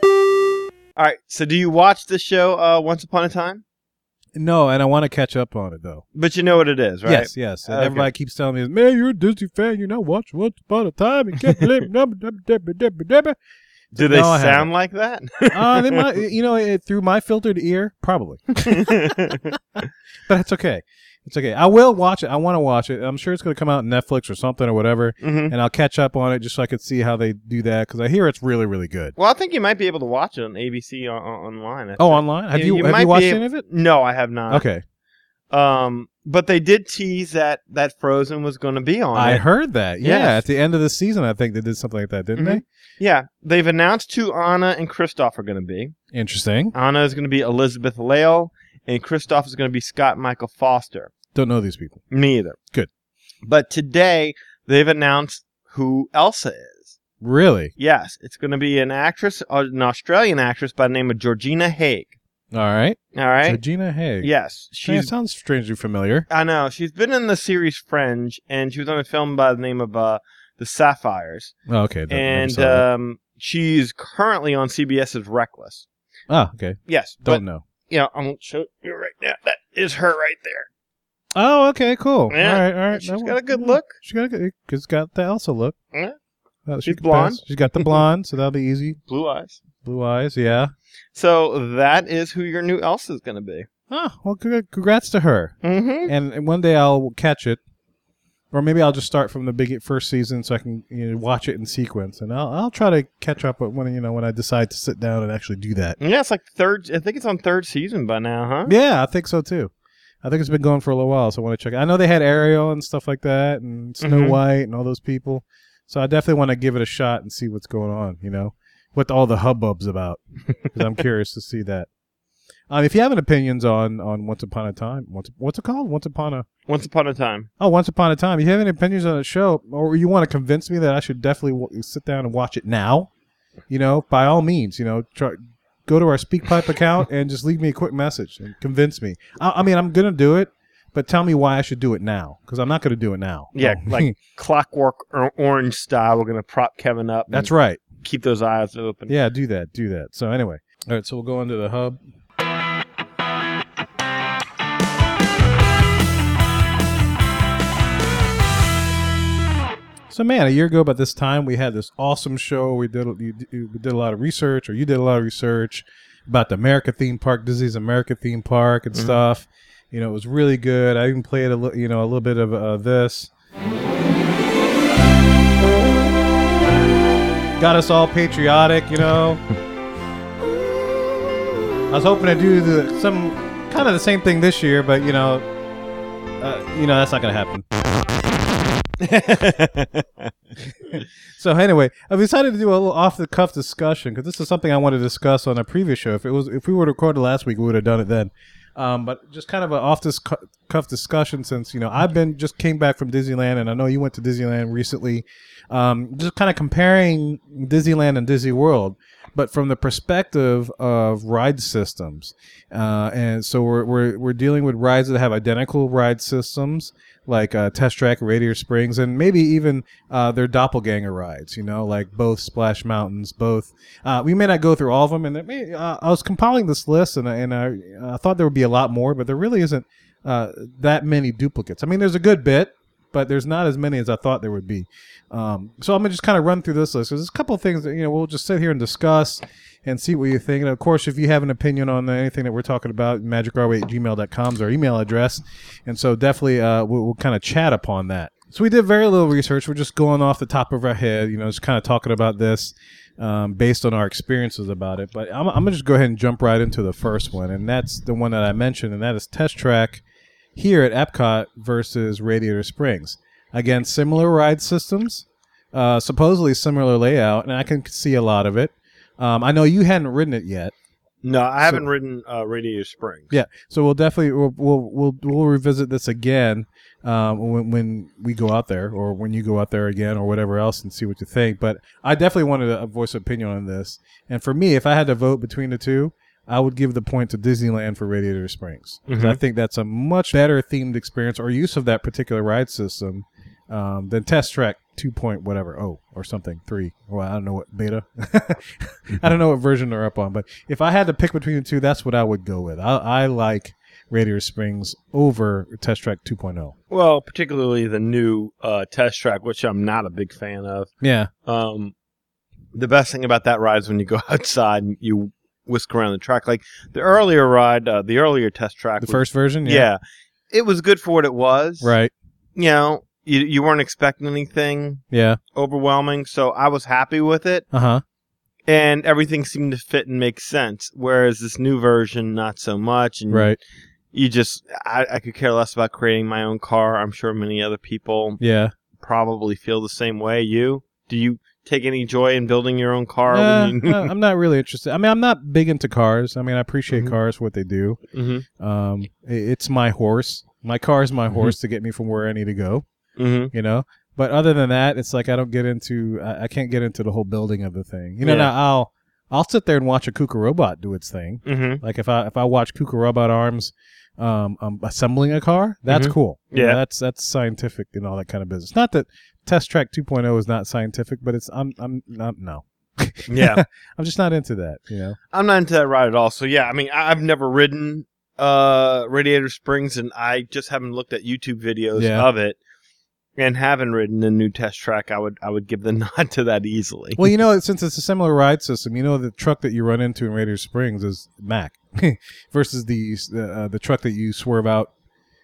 S3: All right. So do you watch the show uh, Once Upon a Time?
S1: No, and I want to catch up on it though.
S3: But you know what it is, right?
S1: Yes, yes. And
S3: Okay.
S1: everybody keeps telling me, "Man, you're a Disney fan. You know, watch Once Upon a Time and can't believe."
S3: Do they
S1: No, I
S3: sound like that?
S1: Uh, they might, you know, it, through my filtered ear, probably. But that's okay. It's okay. I will watch it. I want to watch it. I'm sure it's going to come out on Netflix or something or whatever,
S3: Mhm.
S1: and I'll catch up on it just so I could see how they do that because I hear it's really, really good.
S3: Well, I think you might be able to watch it on ABC on, on, online. I
S1: Oh,
S3: think.
S1: online? Have
S3: Yeah,
S1: you,
S3: you
S1: have
S3: might
S1: you
S3: be uh,
S1: watched
S3: able-
S1: any of it?
S3: No, I have not.
S1: Okay,
S3: Um, but they did tease that that Frozen was going to be on.
S1: I
S3: it.
S1: heard that. Yeah,
S3: Yes.
S1: at the end of the season, I think they did something like that, didn't
S3: Mhm. Yeah, they've announced who Anna and Kristoff are going to be.
S1: they? Interesting.
S3: Anna is going to be Elizabeth Lale, and Kristoff is going to be Scott Michael Foster.
S1: Don't know these people.
S3: Me either.
S1: Good.
S3: But today they've announced who Elsa is.
S1: Really?
S3: Yes, it's going to be an actress, uh, an Australian actress by the name of Georgina Haig.
S1: All right.
S3: All right.
S1: Regina Haig.
S3: Yes,
S1: Yeah,
S3: she's
S1: sounds strangely familiar.
S3: I know. She's been in the series Fringe, and she was on a film by the name of uh, The Sapphires.
S1: Oh, okay. don't- never
S3: and
S1: saw that.
S3: um, she's currently on CBS's Reckless.
S1: ah, okay.
S3: Yes.
S1: Don't
S3: But,
S1: know.
S3: yeah, I won't show you right now. That is her right there.
S1: Oh, okay. Cool.
S3: Yeah,
S1: All right. All right.
S3: She's
S1: That
S3: got
S1: one-
S3: a good look.
S1: She got a good. She's got the Elsa look.
S3: Yeah.
S1: Uh, she
S3: She's
S1: could
S3: blonde.
S1: pass. She's got the blonde, so that'll be easy.
S3: Blue eyes.
S1: Blue eyes. Yeah.
S3: So that is who your new Elsa is going to be.
S1: Oh, well, congr- congrats to her.
S3: Mm-hmm.
S1: And and one day I'll catch it, or maybe I'll just start from the big first season so I can you know, watch it in sequence. And I'll I'll try to catch up when you know when I decide to sit down and actually do that.
S3: Yeah, it's like third. I think it's on third season by now, huh?
S1: Yeah, I think so too. I think it's been going for a little while, so I want to check. it. I know they had Ariel and stuff like that, and Snow
S3: Mhm.
S1: White and all those people. So I definitely want to give it a shot and see what's going on. You know, what all the hubbub's about, because I'm curious to see that. Um, if you have any opinions on on Once Upon a Time, once what's it called? Once Upon a
S3: Once upon a time.
S1: oh, Once Upon a Time. If you have any opinions on the show, or you want to convince me that I should definitely w- sit down and watch it now, you know, by all means, you know, try go to our SpeakPipe account and just leave me a quick message and convince me. I, I mean, I'm gonna do it, but tell me why I should do it now because I'm not gonna do it now.
S3: Yeah, like Clockwork or- Orange style. We're going to prop Kevin up.
S1: that's right.
S3: right. Keep those eyes open.
S1: Yeah, do that, do that. So anyway, all right. So we'll go into the hub. So man, a year ago about this time, we had this awesome show. We did you, you- we did a lot of research, or you did a lot of research about the America theme park, Disney's America theme park, and
S3: Mhm.
S1: stuff. You know, it was really good. I even played a little, you know, a little bit of uh, this. Got us all patriotic, you know. I was hoping to do the, some kind of the same thing this year, but you know, uh, you know that's not gonna happen. So anyway, I decided to do a little off the cuff discussion because this is something I wanted to discuss on a previous show. If it was if we were recorded last week, we would have done it then. Um, but just kind of an off the cu- cuff discussion since you know I've been just came back from Disneyland and I know you went to Disneyland recently. Um, just kind of comparing Disneyland and Disney World, but from the perspective of ride systems. Uh, and so we're, we're we're dealing with rides that have identical ride systems like uh, Test Track, Radiator Springs, and maybe even uh, their doppelganger rides. You know, like both Splash Mountains, both. Uh, we may not go through all of them, and there may, uh, I was compiling this list, and I- and I, I thought there would be a lot more, but there really isn't uh, that many duplicates. I mean, there's a good bit, but there's not as many as I thought there would be. Um, so I'm gonna just kind of run through this list. There's a couple of things that you know we'll just sit here and discuss and see what you think. And of course, if you have an opinion on anything that we're talking about, magicroway at gmail.com is our email address. And so definitely uh, we'll, we'll kind of chat upon that. So we did very little research. We're just going off the top of our head, you know, just kind of talking about this um, based on our experiences about it. But I'm, I'm going to just go ahead and jump right into the first one. And that's the one that I mentioned, and that is Test Track here at Epcot versus Radiator Springs. Again, similar ride systems, uh, supposedly similar layout, and I can see a lot of it. Um, I know you hadn't ridden it yet,
S3: No, I haven't
S1: So-
S3: ridden uh, Radio Springs.
S1: Yeah. so we'll definitely we'll we'll we'll, we'll revisit this again um, when when we go out there or when you go out there again or whatever else and see what you think. But I definitely wanted a voice of opinion on this, and for me, if I had to vote between the two. I would give the point to Disneyland for Radiator Springs 'Cause I
S3: Mhm.
S1: think that's a much better themed experience or use of that particular ride system um, than Test Track two point whatever oh or something three. Well, I don't know what beta. I don't know what version they're up on, but if I had to pick between the two, that's what I would go with. I, I like Radiator Springs over Test Track oh. 2.0.
S3: Well, particularly the new uh, test track, which I'm not a big fan of.
S1: Yeah,
S3: Um, the best thing about that ride is when you go outside and you whisk around the track. Like the earlier ride, uh, the earlier test track.
S1: the
S3: was-
S1: first version.
S3: yeah. it was good for what it was.
S1: right.
S3: You know, you you weren't expecting anything
S1: Yeah.
S3: overwhelming, so I was happy with it,
S1: Uh huh.
S3: and everything seemed to fit and make sense. Whereas this new version, not so much, and
S1: Right.
S3: you just I, I could care less about creating my own car. I'm sure many other people
S1: Yeah.
S3: probably feel the same way. You do you take any joy in building your own car?
S1: Nah,
S3: when you,
S1: nah, I'm not really interested. I mean, I'm not big into cars. I mean, I appreciate
S3: Mhm.
S1: cars for what they do.
S3: Mhm,
S1: Um, i- it's my horse. My car is my
S3: Mhm.
S1: horse to get me from where I need to go.
S3: mhm.
S1: You know. But other than that, it's like I don't get into. I, I can't get into the whole building of the thing. You know.
S3: Yeah.
S1: Now I'll I'll sit there and watch a Kuka robot do its thing.
S3: Mm-hmm.
S1: Like if I if I watch Kuka Robot Arms um, um assembling a car, that's
S3: Mhm.
S1: cool. You know,
S3: Yeah.
S1: that's that's scientific and all that kind of business. Not that Test Track 2.0 is not scientific, but it's I'm I'm not no.
S3: Yeah,
S1: I'm just not into that. You know.
S3: I'm not into that ride at all. So yeah, I mean, I, I've never ridden uh Radiator Springs, and I just haven't looked at YouTube videos
S1: Yeah.
S3: of it, and haven't ridden the new test track. I would I would give the nod to that easily.
S1: Well, you know, since it's a similar ride system, you know the truck that you run into in Radiator Springs is Mac versus the uh, the truck that you swerve out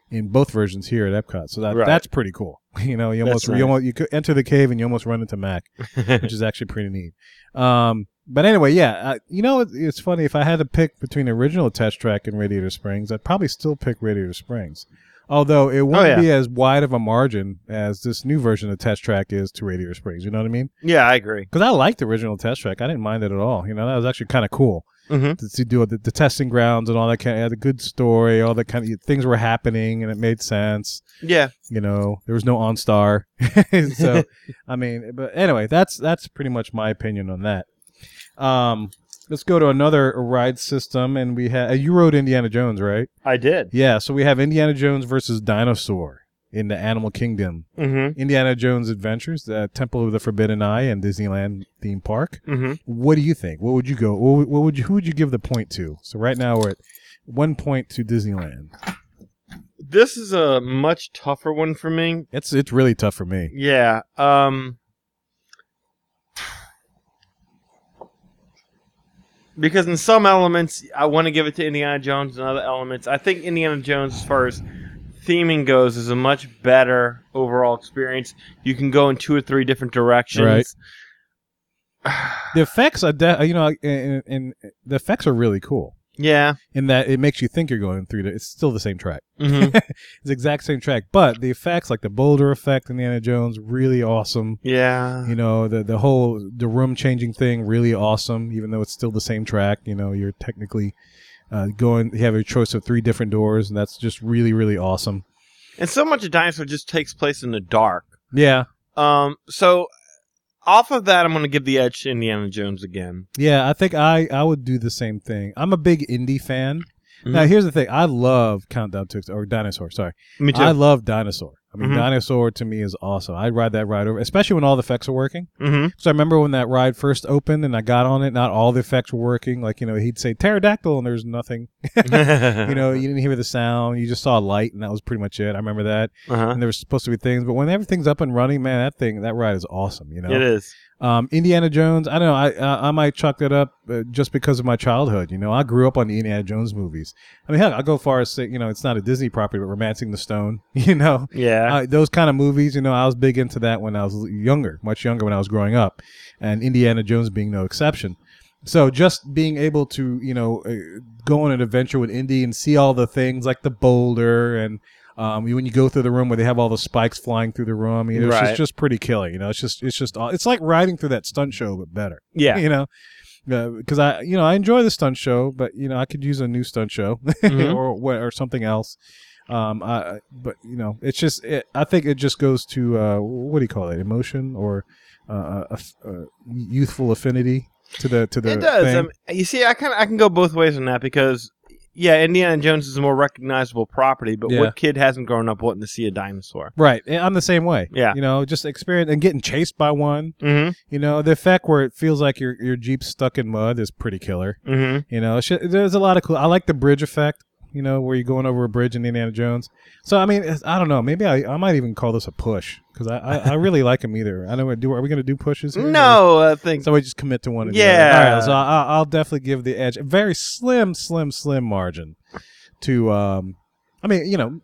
S1: in both versions here at Epcot. So that
S3: Right.
S1: that's pretty cool. You know, you almost
S3: That's nice.
S1: you almost you could enter the cave and you almost run into Mac, which is actually pretty neat. Um, but anyway, yeah, uh, you know, it, it's funny if I had to pick between the original test track and Radiator Springs, I'd probably still pick Radiator Springs. Although it won't
S3: Oh, yeah.
S1: be as wide of a margin as this new version of Test Track is to Radiator Springs. You know what I mean?
S3: yeah, I agree.
S1: because I liked the original test track. I didn't mind it at all. You know, that was actually kind of cool
S3: Mm-hmm.
S1: to, to do the, the testing grounds and all that kind. Of, had a good story. All that kind of things were happening, and it made sense.
S3: Yeah,
S1: You know, there was no OnStar, so I mean, but anyway, that's that's pretty much my opinion on that. Um, let's go to another ride system, and we have you rode Indiana Jones, right?
S2: I did.
S1: Yeah, so we have Indiana Jones versus Dinosaur in the Animal Kingdom,
S3: Mm-hmm.
S1: Indiana Jones Adventures, the Temple of the Forbidden Eye, and Disneyland theme park.
S3: Mm-hmm.
S1: What do you think? What would you go? What would- what would you? Who would you give the point to? So right now we're at one point to Disneyland.
S3: This is a much tougher one for me.
S1: It's it's really tough for me.
S3: Yeah. Um Because in some elements I want to give it to Indiana Jones and other elements. I think Indiana Jones as far as theming goes is a much better overall experience. You can go in two or three different directions.
S1: Right. The effects are, de- you know, and, and the effects are really cool
S3: Yeah.
S1: in that it makes you think you're going through. The, it's still the same track.
S3: hmm
S1: It's the exact same track, but the effects, like the boulder effect, in Indiana Jones, really awesome.
S3: yeah.
S1: You know, the the whole the room changing thing, really awesome. Even though it's still the same track, you know, you're technically uh, going. You have a choice of three different doors, and that's just really really awesome.
S3: And so much of Dinosaur just takes place in the dark.
S1: Yeah,
S3: Um so off of that I'm going to give the edge to Indiana Jones again.
S1: Yeah, I think I I would do the same thing. I'm a big indie fan.
S3: Mhm.
S1: Now here's the thing: I love Countdown to Ex- or Dinosaur. Sorry,
S3: Me
S1: I love Dinosaur. I mean,
S3: Mhm.
S1: Dinosaur to me is awesome. I'd ride that ride over, especially when all the effects are working.
S3: mm-hmm.
S1: So I remember when that ride first opened and I got on it, not all the effects were working. Like you know, he'd say pterodactyl and there's nothing. You
S3: Uh-huh.
S1: know, you didn't hear the sound. You just saw a light, and that was pretty much it. I remember that.
S3: uh-huh.
S1: And there was supposed to be things, but when everything's up and running, man, that thing, that ride is awesome. You know,
S3: It is.
S1: Um, Indiana Jones. I don't know. I I, I might chalk that up uh, just because of my childhood. You know, I grew up on the Indiana Jones movies. I mean, hell, I'll go far as say, you know, it's not a Disney property, but *Romancing the Stone*. You know,
S3: Yeah.
S1: uh, those kind of movies. You know, I was big into that when I was younger, much younger when I was growing up, and Indiana Jones being no exception. So just being able to, you know, uh, go on an adventure with Indy and see all the things like the boulder and um, you- when you go through the room where they have all the spikes flying through the room, you know, it's just,
S3: Right.
S1: just pretty killer. You know, it's just it's just aw- it's like riding through that stunt show but better.
S3: yeah.
S1: You know. Because I, you know, I enjoy the stunt show, but you know, I could use a new stunt show
S3: Mhm.
S1: or what or something else. Um, I, but you know, it's just it, I think it just goes to uh, what do you call it? Emotion or uh, a, a youthful affinity to the to the
S3: It does.
S1: thing.
S3: Um, you see, I kind of I can go both ways on that because yeah, Indiana Jones is a more recognizable property, but
S1: Yeah.
S3: what kid hasn't grown up wanting to see a dinosaur?
S1: Right. And I'm the same way.
S3: Yeah.
S1: You know, just experience and getting chased by one.
S3: Mm-hmm.
S1: You know, the effect where it feels like your your jeep's stuck in mud is pretty killer.
S3: Mm-hmm.
S1: You know, sh- there's a lot of cool. I like the bridge effect. You know, where you're going over a bridge in Indiana Jones. So I mean, it's- I don't know. Maybe I, I might even call this a push because I, I, I really like them either. I know. Do are we going to do pushes? here?
S3: No, I think
S1: So we just commit to one. or the
S3: Yeah.
S1: other. All right, so I, I'll definitely give the edge. Very slim, slim, slim margin to. Um, I mean, you know,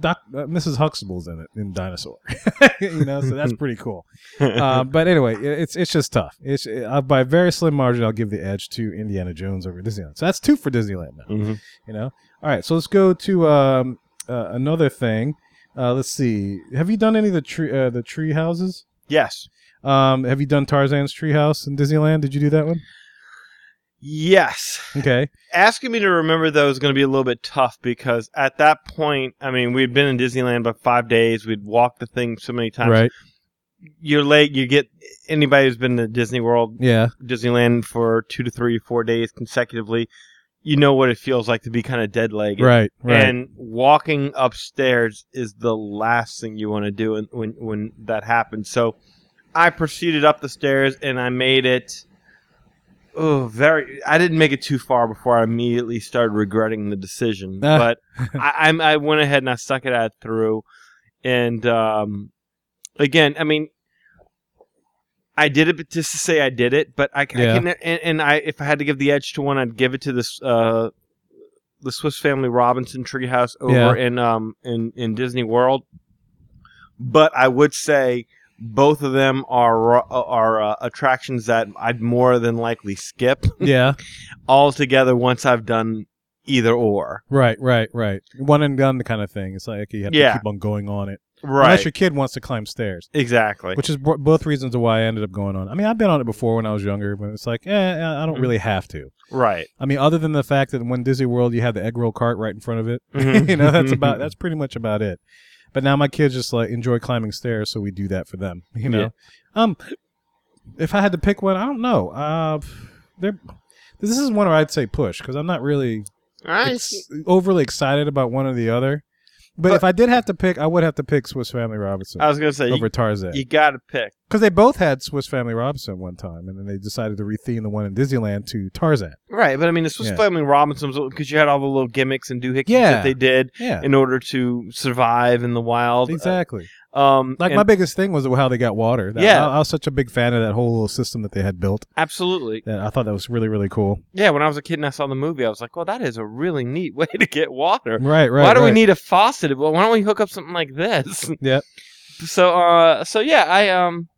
S1: Doc, uh, Mrs. Huxtable's in it in Dinosaur. you know, so that's pretty cool. Uh, but anyway, it, it's it's just tough. It's uh, by a very slim margin. I'll give the edge to Indiana Jones over Disneyland. So that's two for Disneyland now.
S3: Mm-hmm.
S2: Mhm.
S1: You know. All right, so let's go to um, uh, another thing. Uh, let's see. Have you done any of the tree uh, the tree houses?
S3: yes,
S1: Um, have you done Tarzan's Treehouse in Disneyland? Did you do that one?
S3: yes.
S1: Okay.
S3: asking me to remember though is going to be a little bit tough because at that point, I mean, we'd been in Disneyland about five days. We'd walked the thing so many times.
S1: Right.
S3: You're late. You get anybody who's been to Disney World,
S1: Yeah.
S3: Disneyland for two to three, four days consecutively. You know what it feels like to be kind of dead legged.
S1: Right. Right.
S3: And walking upstairs is the last thing you want to do when, when when that happens. So I proceeded up the stairs and I made it. Oh, very! I didn't make it too far before I immediately started regretting the decision.
S1: Ah.
S3: But I, I, I went ahead and I stuck it out through, and um, again, I mean, I did it, but just to say I did it. But I, c- I
S1: Yeah.
S3: can, and, and I, if I had to give the edge to one, I'd give it to this uh, the Swiss Family Robinson treehouse over in um in in Disney World. But I would say both of them are are uh, attractions that I'd more than likely skip
S1: yeah.
S3: altogether once I've done either or.
S1: Right. Right. Right. One and done kind of thing. It's like you have
S3: Yeah.
S1: to keep on going on it.
S3: Right.
S1: Unless your kid wants to climb stairs,
S3: exactly.
S1: which is b- both reasons why I ended up going on. I mean, I've been on it before when I was younger, but it's like, eh, eh, I
S3: Mm-hmm.
S1: don't really have to.
S3: Right.
S1: I mean, other than the fact that when Disney World you have the egg roll cart right in front of it,
S3: Mhm.
S1: you know, that's about that's pretty much about it. But now my kids just like enjoy climbing stairs, so we do that for them. You know,
S3: Yeah.
S1: um, if I had to pick one, I don't know. Uh, they're this is one where I'd say push because I'm not really ex- overly excited about one or the other. But
S3: Uh,
S1: if I did have to pick, I would have to pick Swiss Family Robinson
S3: I was gonna say
S1: over
S3: you,
S1: Tarzan
S3: you gotta pick.
S1: because they both had Swiss Family Robinson one time, and then they decided to retheme the one in Disneyland to Tarzan.
S3: Right, but I mean the Swiss
S1: Yeah.
S3: Family Robinson's because you had all the little gimmicks and doohickeys
S1: Yeah.
S3: that they did
S1: Yeah,
S3: in order to survive in the wild. uh,
S1: exactly.
S3: Um,
S1: Like
S3: and-
S1: my biggest thing was how they got water. That-
S3: Yeah.
S1: I, I was such a big fan of that whole little system that they had built.
S3: absolutely.
S1: That I thought that was really really cool.
S3: Yeah, when I was a kid and I saw the movie, I was like, "Well, that is a really neat way to get water.
S1: Right, right.
S3: why do we
S1: right.
S3: need a faucet? Well, why don't we hook up something like this?"
S1: Yep.
S3: So, uh, so yeah, I um,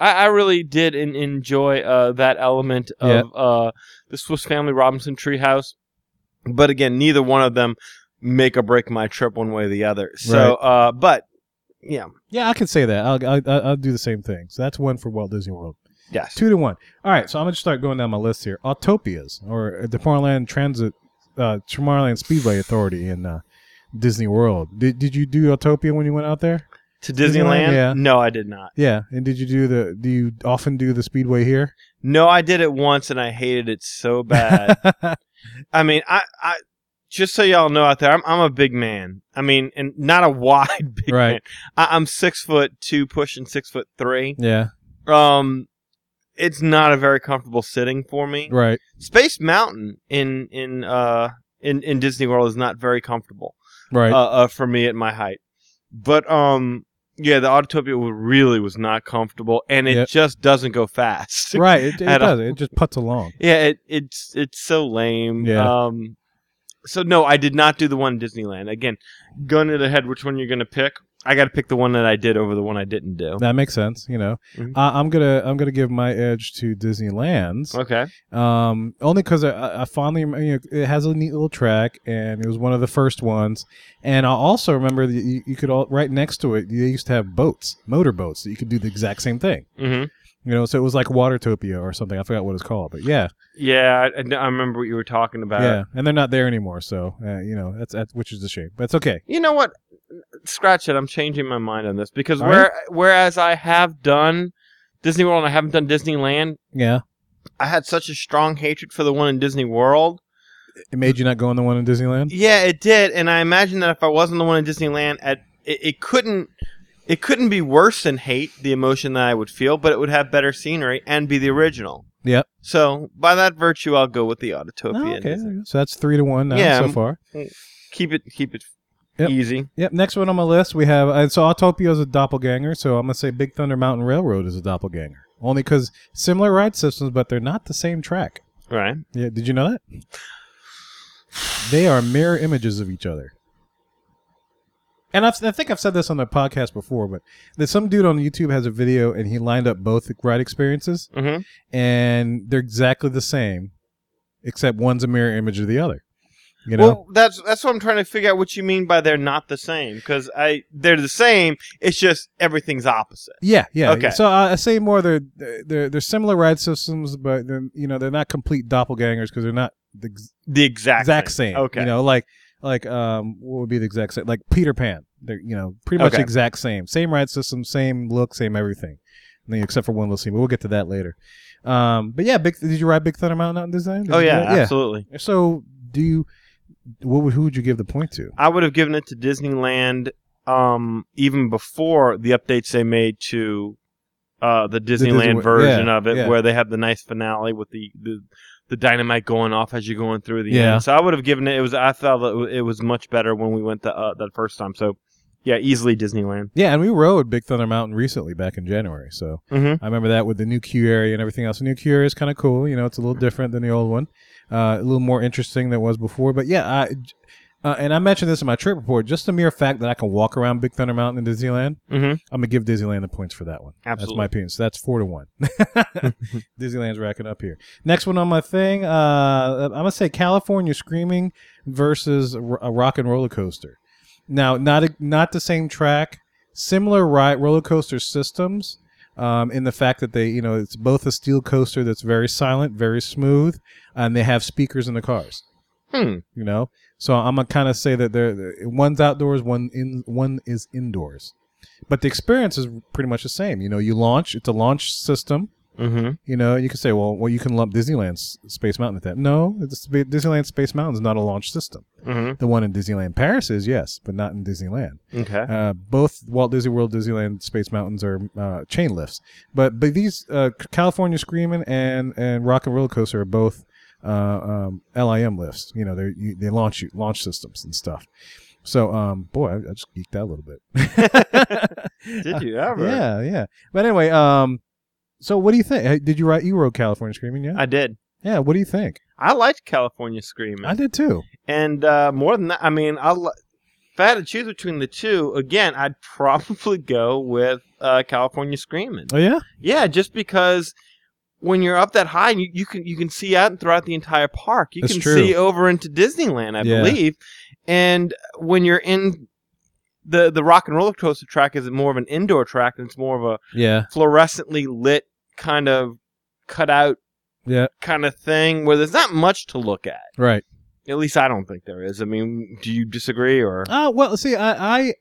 S3: I, I really did en- enjoy uh that element of
S1: Yeah.
S3: uh the Swiss Family Robinson treehouse, but again, neither one of them make or break my trip one way or the other. So, uh, but yeah,
S1: Yeah, I could say that. I'll, I'll I'll do the same thing. So that's one for Walt Disney World.
S3: yes,
S1: Two to one. All right, so I'm gonna start going down my list here. Autopias or the Tomorrowland Transit, uh, Tomorrowland Speedway Authority in uh, Disney World. Did did you do Autopia when you went out there?
S3: to
S1: Disneyland,
S3: Disneyland.
S1: yeah.
S3: No, I did not.
S1: Yeah, and did you do the? Do you often do the Speedway here?
S3: No, I did it once and I hated it so bad. I mean, I, I just so y'all know out there, I'm, I'm a big man. I mean, and not a wide big
S1: Right.
S3: man. I, I'm six foot two, pushing six foot three.
S1: yeah,
S3: Um, it's not a very comfortable sitting for me.
S1: right.
S3: Space Mountain in in uh in in Disney World is not very comfortable
S1: Right.
S3: uh, uh for me at my height. But um, yeah, the Autotopia w- really was not comfortable, and it
S1: Yep.
S3: just doesn't go fast.
S1: right. It, it
S3: at all.
S1: does. It just puts along.
S3: Yeah, it, it's it's so lame.
S1: Yeah.
S3: Um, so no, I did not do the one in Disneyland. Again, gun to the head, which one you're gonna pick? I got to pick the one that I did over the one I didn't do.
S1: That makes sense. You know,
S3: Mhm.
S1: I, I'm gonna I'm gonna give my edge to Disneyland's.
S3: Okay.
S1: Um, only because I- I, I fondly remember you know, it has a neat little track, and it was one of the first ones. And I also remember that you, you could all right next to it. They used to have boats, motor boats, that you could do the exact same thing.
S3: hmm
S1: You know, so it was like Watertopia or something. I forgot what it's called, but yeah,
S3: Yeah, I, I remember what you were talking about.
S1: yeah. And they're not there anymore, so uh, you know that's, that's which is a shame, but it's okay.
S3: You know what? Scratch it. I'm changing my mind on this because
S1: All
S3: where whereas I have done Disney World and I haven't done Disneyland,
S1: Yeah,
S3: I had such a strong hatred for the one in Disney World
S1: it made you not go on the one in Disneyland.
S3: Yeah, it did, and I imagine that if I wasn't the one in Disneyland, at it, it couldn't it couldn't be worse than hate the emotion that I would feel, but it would have better scenery and be the original.
S1: Yep.
S3: So by that virtue, I'll go with the Autotopia.
S1: Oh, okay,
S3: and
S1: so that's three to one now
S3: Yeah,
S1: so
S3: I'm-
S1: far.
S3: Keep it keep it
S1: Yep.
S3: easy.
S1: Yep. Next one on my list, we have uh, so Autopia is a doppelganger. So I'm gonna say Big Thunder Mountain Railroad is a doppelganger, only because similar ride systems, but they're not the same track.
S3: Right.
S1: Yeah. Did you know that? They are mirror images of each other. And I've, I think I've said this on the podcast before, but there's some dude on YouTube has a video and he lined up both ride experiences,
S3: Mhm.
S1: and they're exactly the same, except one's a mirror image of the other. You know,
S3: Well, that's that's what I'm trying to figure out what you mean by they're not the same because I they're the same. It's just everything's opposite.
S1: Yeah, yeah.
S3: Okay.
S1: So uh, I I say more they're they're they're similar ride systems, but then you know they're not complete doppelgangers because they're not the ex-
S3: The exact
S1: exact same.
S3: Okay.
S1: You know, like like um, what would be the exact same? Like Peter Pan. They're you know pretty much
S3: Okay.
S1: exact same, same ride system, same look, same everything. I mean, except for one little scene, but we'll get to that later. Um, but yeah, big. Did you ride Big Thunder Mountain out in design? Did
S3: Oh
S1: you do
S3: yeah,
S1: that?
S3: absolutely.
S1: yeah. So do you? What would who would you give the point to?
S3: I would have given it to Disneyland um, even before the updates they made to uh, the
S1: Disney-
S3: Disneyland
S1: yeah,
S3: version of it,
S1: yeah.
S3: where they have the nice finale with the, the the dynamite going off as you're going through the
S1: Yeah.
S3: end. So I would have given it. It was I felt it wa- it was much better when we went the uh, that first time. So yeah, easily Disneyland.
S1: Yeah, and we rode Big Thunder Mountain recently back in January, so
S3: Mhm.
S1: I remember that with the new queue area and everything else. The new queue area is kind of cool. You know, it's a little different than the old one, uh, a little more interesting than it was before. But yeah, I, uh, and I mentioned this in my trip report. Just the mere fact that I can walk around Big Thunder Mountain in Disneyland,
S3: Mhm.
S1: I'm gonna give Disneyland the points for that one. That's my
S3: Absolutely.
S1: opinion. So that's four to one. Disneyland's racking up here. Next one on my thing, uh, I'm gonna say California Screaming versus a ro- a Rock and Roller Coaster. Now, not a, not the same track, similar ride roller coaster systems. Um, in the fact that they, you know, it's both a steel coaster that's very silent, very smooth, and they have speakers in the cars.
S3: Hmm.
S1: You know, so I'm gonna kind of say that they're they're- one's outdoors, one in one is indoors, but the experience is pretty much the same. You know, you launch, it's a launch system.
S3: Mm-hmm.
S1: You know, you could say, well, well, you can lump Disneyland's Space Mountain with that. No, it's, Disneyland Space Mountain's not a launch system.
S3: Mm-hmm.
S1: The one in Disneyland Paris is, yes, but not in Disneyland.
S3: Okay.
S1: Uh, both Walt Disney World, Disneyland Space Mountains are uh, chain lifts, but but these uh, California Screaming and and Rock and Roller Coaster are both uh, um, LIM lifts. You know, they you- they launch you launch systems and stuff. So, um, boy, I, I just geeked out a little bit.
S3: Did you ever?
S1: Yeah, yeah. But anyway, um, so what do you think? Hey, Did you write? You wrote California Screaming, yeah?
S3: I did.
S1: yeah. What do you think?
S3: I liked California Screaming.
S1: I did too.
S3: And uh, more than that, I mean, I li- if I had to choose between the two, again, I'd probably go with uh, California Screaming.
S1: Oh yeah.
S3: Yeah, just because when you're up that high, you, you can you can see out and throughout the entire park. You
S1: That's
S3: can
S1: true.
S3: see over into Disneyland, I
S1: Yeah.
S3: believe. And when you're in the the rock and roller coaster track, is more of an indoor track, and it's more of
S1: Yeah.
S3: a fluorescently lit kind of cutout
S1: Yeah.
S3: kind of thing where there's not much to look at.
S1: Right.
S3: At least I don't think there is. I mean, do you disagree or?
S1: Uh, well, see, I, I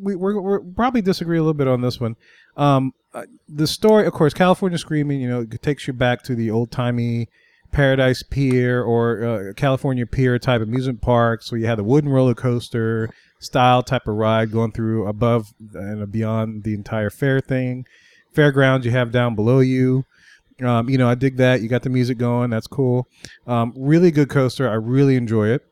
S1: we we're, we're probably disagree a little bit on this one. Um, uh, the story, of course, California Screaming, you know, it takes you back to the old timey Paradise Pier or uh, California Pier type amusement parks where you had the wooden roller coaster style type of ride going through above and beyond the entire fair thing, fairgrounds you have down below you. Um, you know, I dig that. You got the music going. That's cool. Um, really good coaster. I really enjoy it.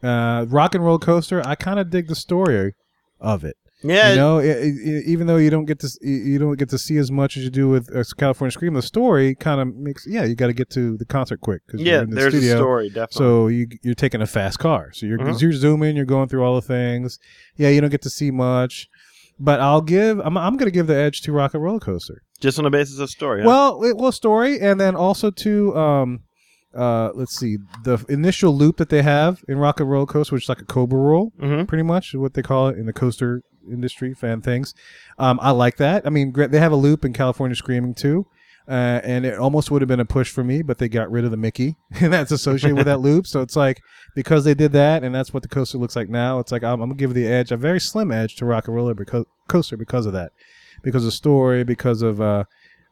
S1: Uh, rock and roll coaster. I kind of dig the story of it.
S3: Yeah,
S1: you know, it, it- it- even though you don't get to s- you- you don't get to see as much as you do with uh, California Scream, the story kind of makes. Yeah, you got to get to the concert quick. Cause you're
S3: yeah.
S1: in the
S3: There's
S1: studio.
S3: a story, definitely.
S1: So you you're taking a fast car. So you're
S3: Mhm.
S1: you're zooming. You're going through all the things. Yeah, you don't get to see much. But I'll give. I'm I'm gonna give the edge to Rocket Roller Coaster.
S3: just on the basis of story. huh?
S1: Well, it, well, story, and then also to um, uh, let's see, the initial loop that they have in Rock and Roller Coaster, which is like a Cobra roll,
S3: Mhm.
S1: pretty much is what they call it in the coaster industry fan things. Um, I like that. I mean, gra- they have a loop in California Screaming too. Uh, and it almost would have been a push for me, but they got rid of the Mickey, and that's associated with that loop. So it's like because they did that, and that's what the coaster looks like now. It's like I'm, I'm gonna give the edge, a very slim edge, to Rock and Roller because, Coaster because of that, because of story, because of uh,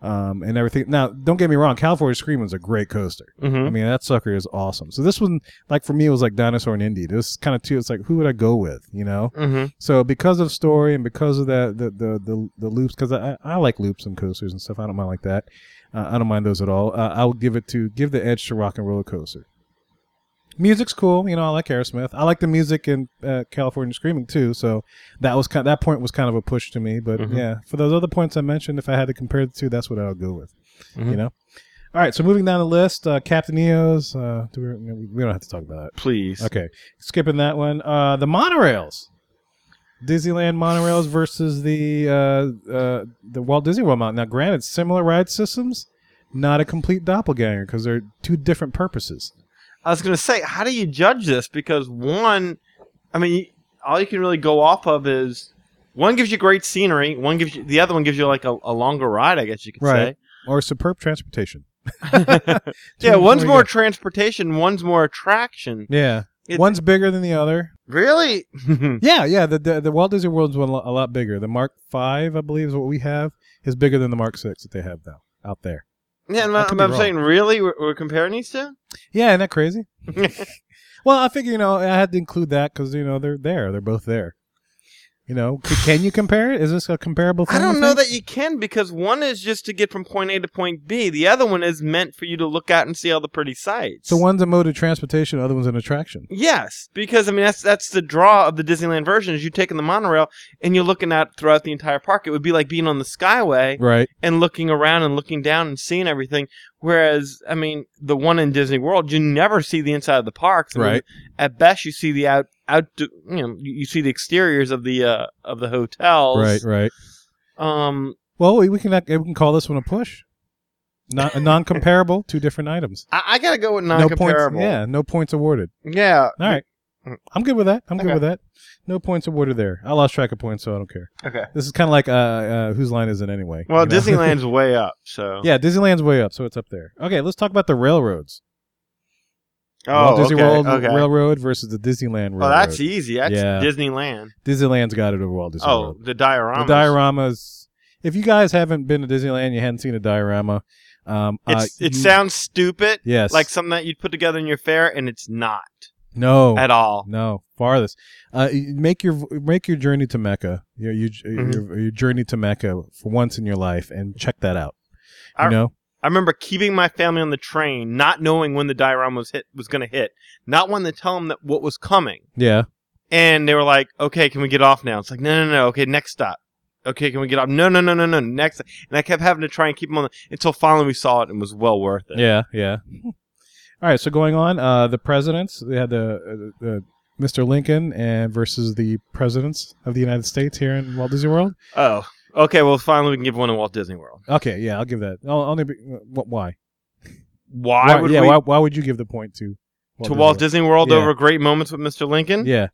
S1: um, and everything. Now, don't get me wrong, California Screaming is a great coaster.
S3: mm-hmm,
S2: Mhm.
S1: I mean, that sucker is awesome. So this one, like for me, it was like Dinosaur and Indy. This kind of too. It's like who would I go with? You know.
S3: mm-hmm.
S2: Mhm.
S1: So because of story and because of that, the the the, the loops, because I, I like loops and coasters and stuff. I don't mind like that. Uh, I don't mind those at all. Uh, I would give it to give the edge to Rock and Roller Coaster. Music's cool, you know. I like Aerosmith. I like the music in uh, California Screaming too. So that was kind. that point was kind of a push to me. But
S2: Mhm.
S1: yeah, for those other points I mentioned, if I had to compare the two, that's what I would go with. You
S2: Mhm.
S1: know. All right, so moving down the list, uh, Captain EOS. Uh, do we, we don't have to talk about
S2: Please.
S1: that. Okay, skipping that one. Uh, the monorails, Disneyland monorails versus the uh, uh, the Walt Disney World monorail. Now, granted, similar ride systems, not a complete doppelganger because they're two different purposes.
S3: I was gonna say, how do you judge this? Because one, I mean, all you can really go off of is one gives you great scenery, one gives you the other one gives you like a, a longer ride, I guess you could
S1: Right. Or superb transportation.
S3: say. yeah,
S1: Two
S3: one's
S1: different-
S3: more transportation, one's more attraction.
S1: Yeah,
S3: It-
S1: one's bigger than the other.
S3: Really?
S1: Yeah, yeah. The, the the Walt Disney World's one lo- a lot bigger. The Mark Five, I believe, is what we have, is bigger than the Mark Six that they have now out there.
S3: Yeah, I'm,
S1: I
S3: not-
S1: could
S3: I'm,
S1: be
S3: I'm
S1: wrong.
S3: saying really. We're, we're comparing these two.
S1: Yeah, isn't that crazy? well, I figure you know I had to include that because you know they're there, they're both there. You know, c- can you compare it? Is this a comparable? Thing
S3: I don't
S1: you
S3: know
S1: think?
S3: that you can because one is just to get from point A to point B. The other one is meant for you to look out and see all the pretty sights.
S1: So one's a mode of transportation, the other one's an attraction.
S3: Yes, because I mean that's that's the draw of the Disneyland version is you taking the monorail and you're looking out throughout the entire park. It would be like being on the Skyway
S1: Right.
S3: and looking around and looking down and seeing everything. Whereas I mean the one in Disney World, you never see the inside of the parks. I mean,
S1: Right.
S3: At best, you see the out out you know you you see the exteriors of the uh, of the hotels.
S1: Right. Right.
S3: Um.
S1: Well, we we can act- we can call this one a push. Not a non-comparable, two different items.
S3: I, I gotta go with
S1: No points.
S3: non-comparable.
S1: Yeah, no points awarded.
S3: Yeah.
S1: All right.
S3: Mm.
S1: I'm good with that. I'm good
S3: Okay.
S1: with that. No points awarded there. I lost track of points, so I don't care.
S3: Okay.
S1: This is kind of like uh, uh, whose line is it anyway?
S3: Well,
S1: you know?
S3: Disneyland's way up. So.
S1: yeah, Disneyland's way up, so it's up there. Okay, let's talk about the railroads.
S3: Oh,
S1: Walt Disney
S3: okay.
S1: World
S3: okay.
S1: Railroad versus the Disneyland Railroad.
S3: Oh, that's easy. That's
S1: Yeah.
S3: Disneyland.
S1: Disneyland's got it over Walt Disney
S3: Oh,
S1: World.
S3: the diorama.
S1: The dioramas. If you guys haven't been to Disneyland, you hadn't seen a diorama. Um, uh,
S3: It's, it
S1: you-
S3: sounds stupid,
S1: yes,
S3: like something that you'd put together in your fair, and it's not
S1: no,
S3: at all.
S1: no, farthest. Uh, you- make your make your journey to Mecca. Your your,
S3: Mm-hmm.
S1: your your journey to Mecca for once in your life, and check that out. You
S3: I-
S1: know,
S3: I remember keeping my family on the train, not knowing when the diorama was hit was going to hit, not wanting to tell them that what was coming,
S1: yeah,
S3: and they were like, "Okay, can we get off now?" It's like, "No, no, no. Okay, next stop." Okay, can we get off? No, no, no, no, no. Next, and I kept having to try and keep them on the, until finally we saw it and was well worth it.
S1: yeah, yeah. All right, so going on, uh, the presidents. They had the. Uh, the Mr. Lincoln and versus the presidents of the United States here in Walt Disney World.
S3: Oh, okay. Well, finally we can give one to Walt Disney World.
S1: Okay, yeah, I'll give that. I'll, only be, wh- why?
S3: Why,
S1: Why,
S3: would
S1: yeah,
S3: we
S1: why, why would you give the point to
S3: to Walt
S1: Disney
S3: Disney World
S1: Yeah.
S3: over great moments with Mr. Lincoln?
S1: World? Yeah,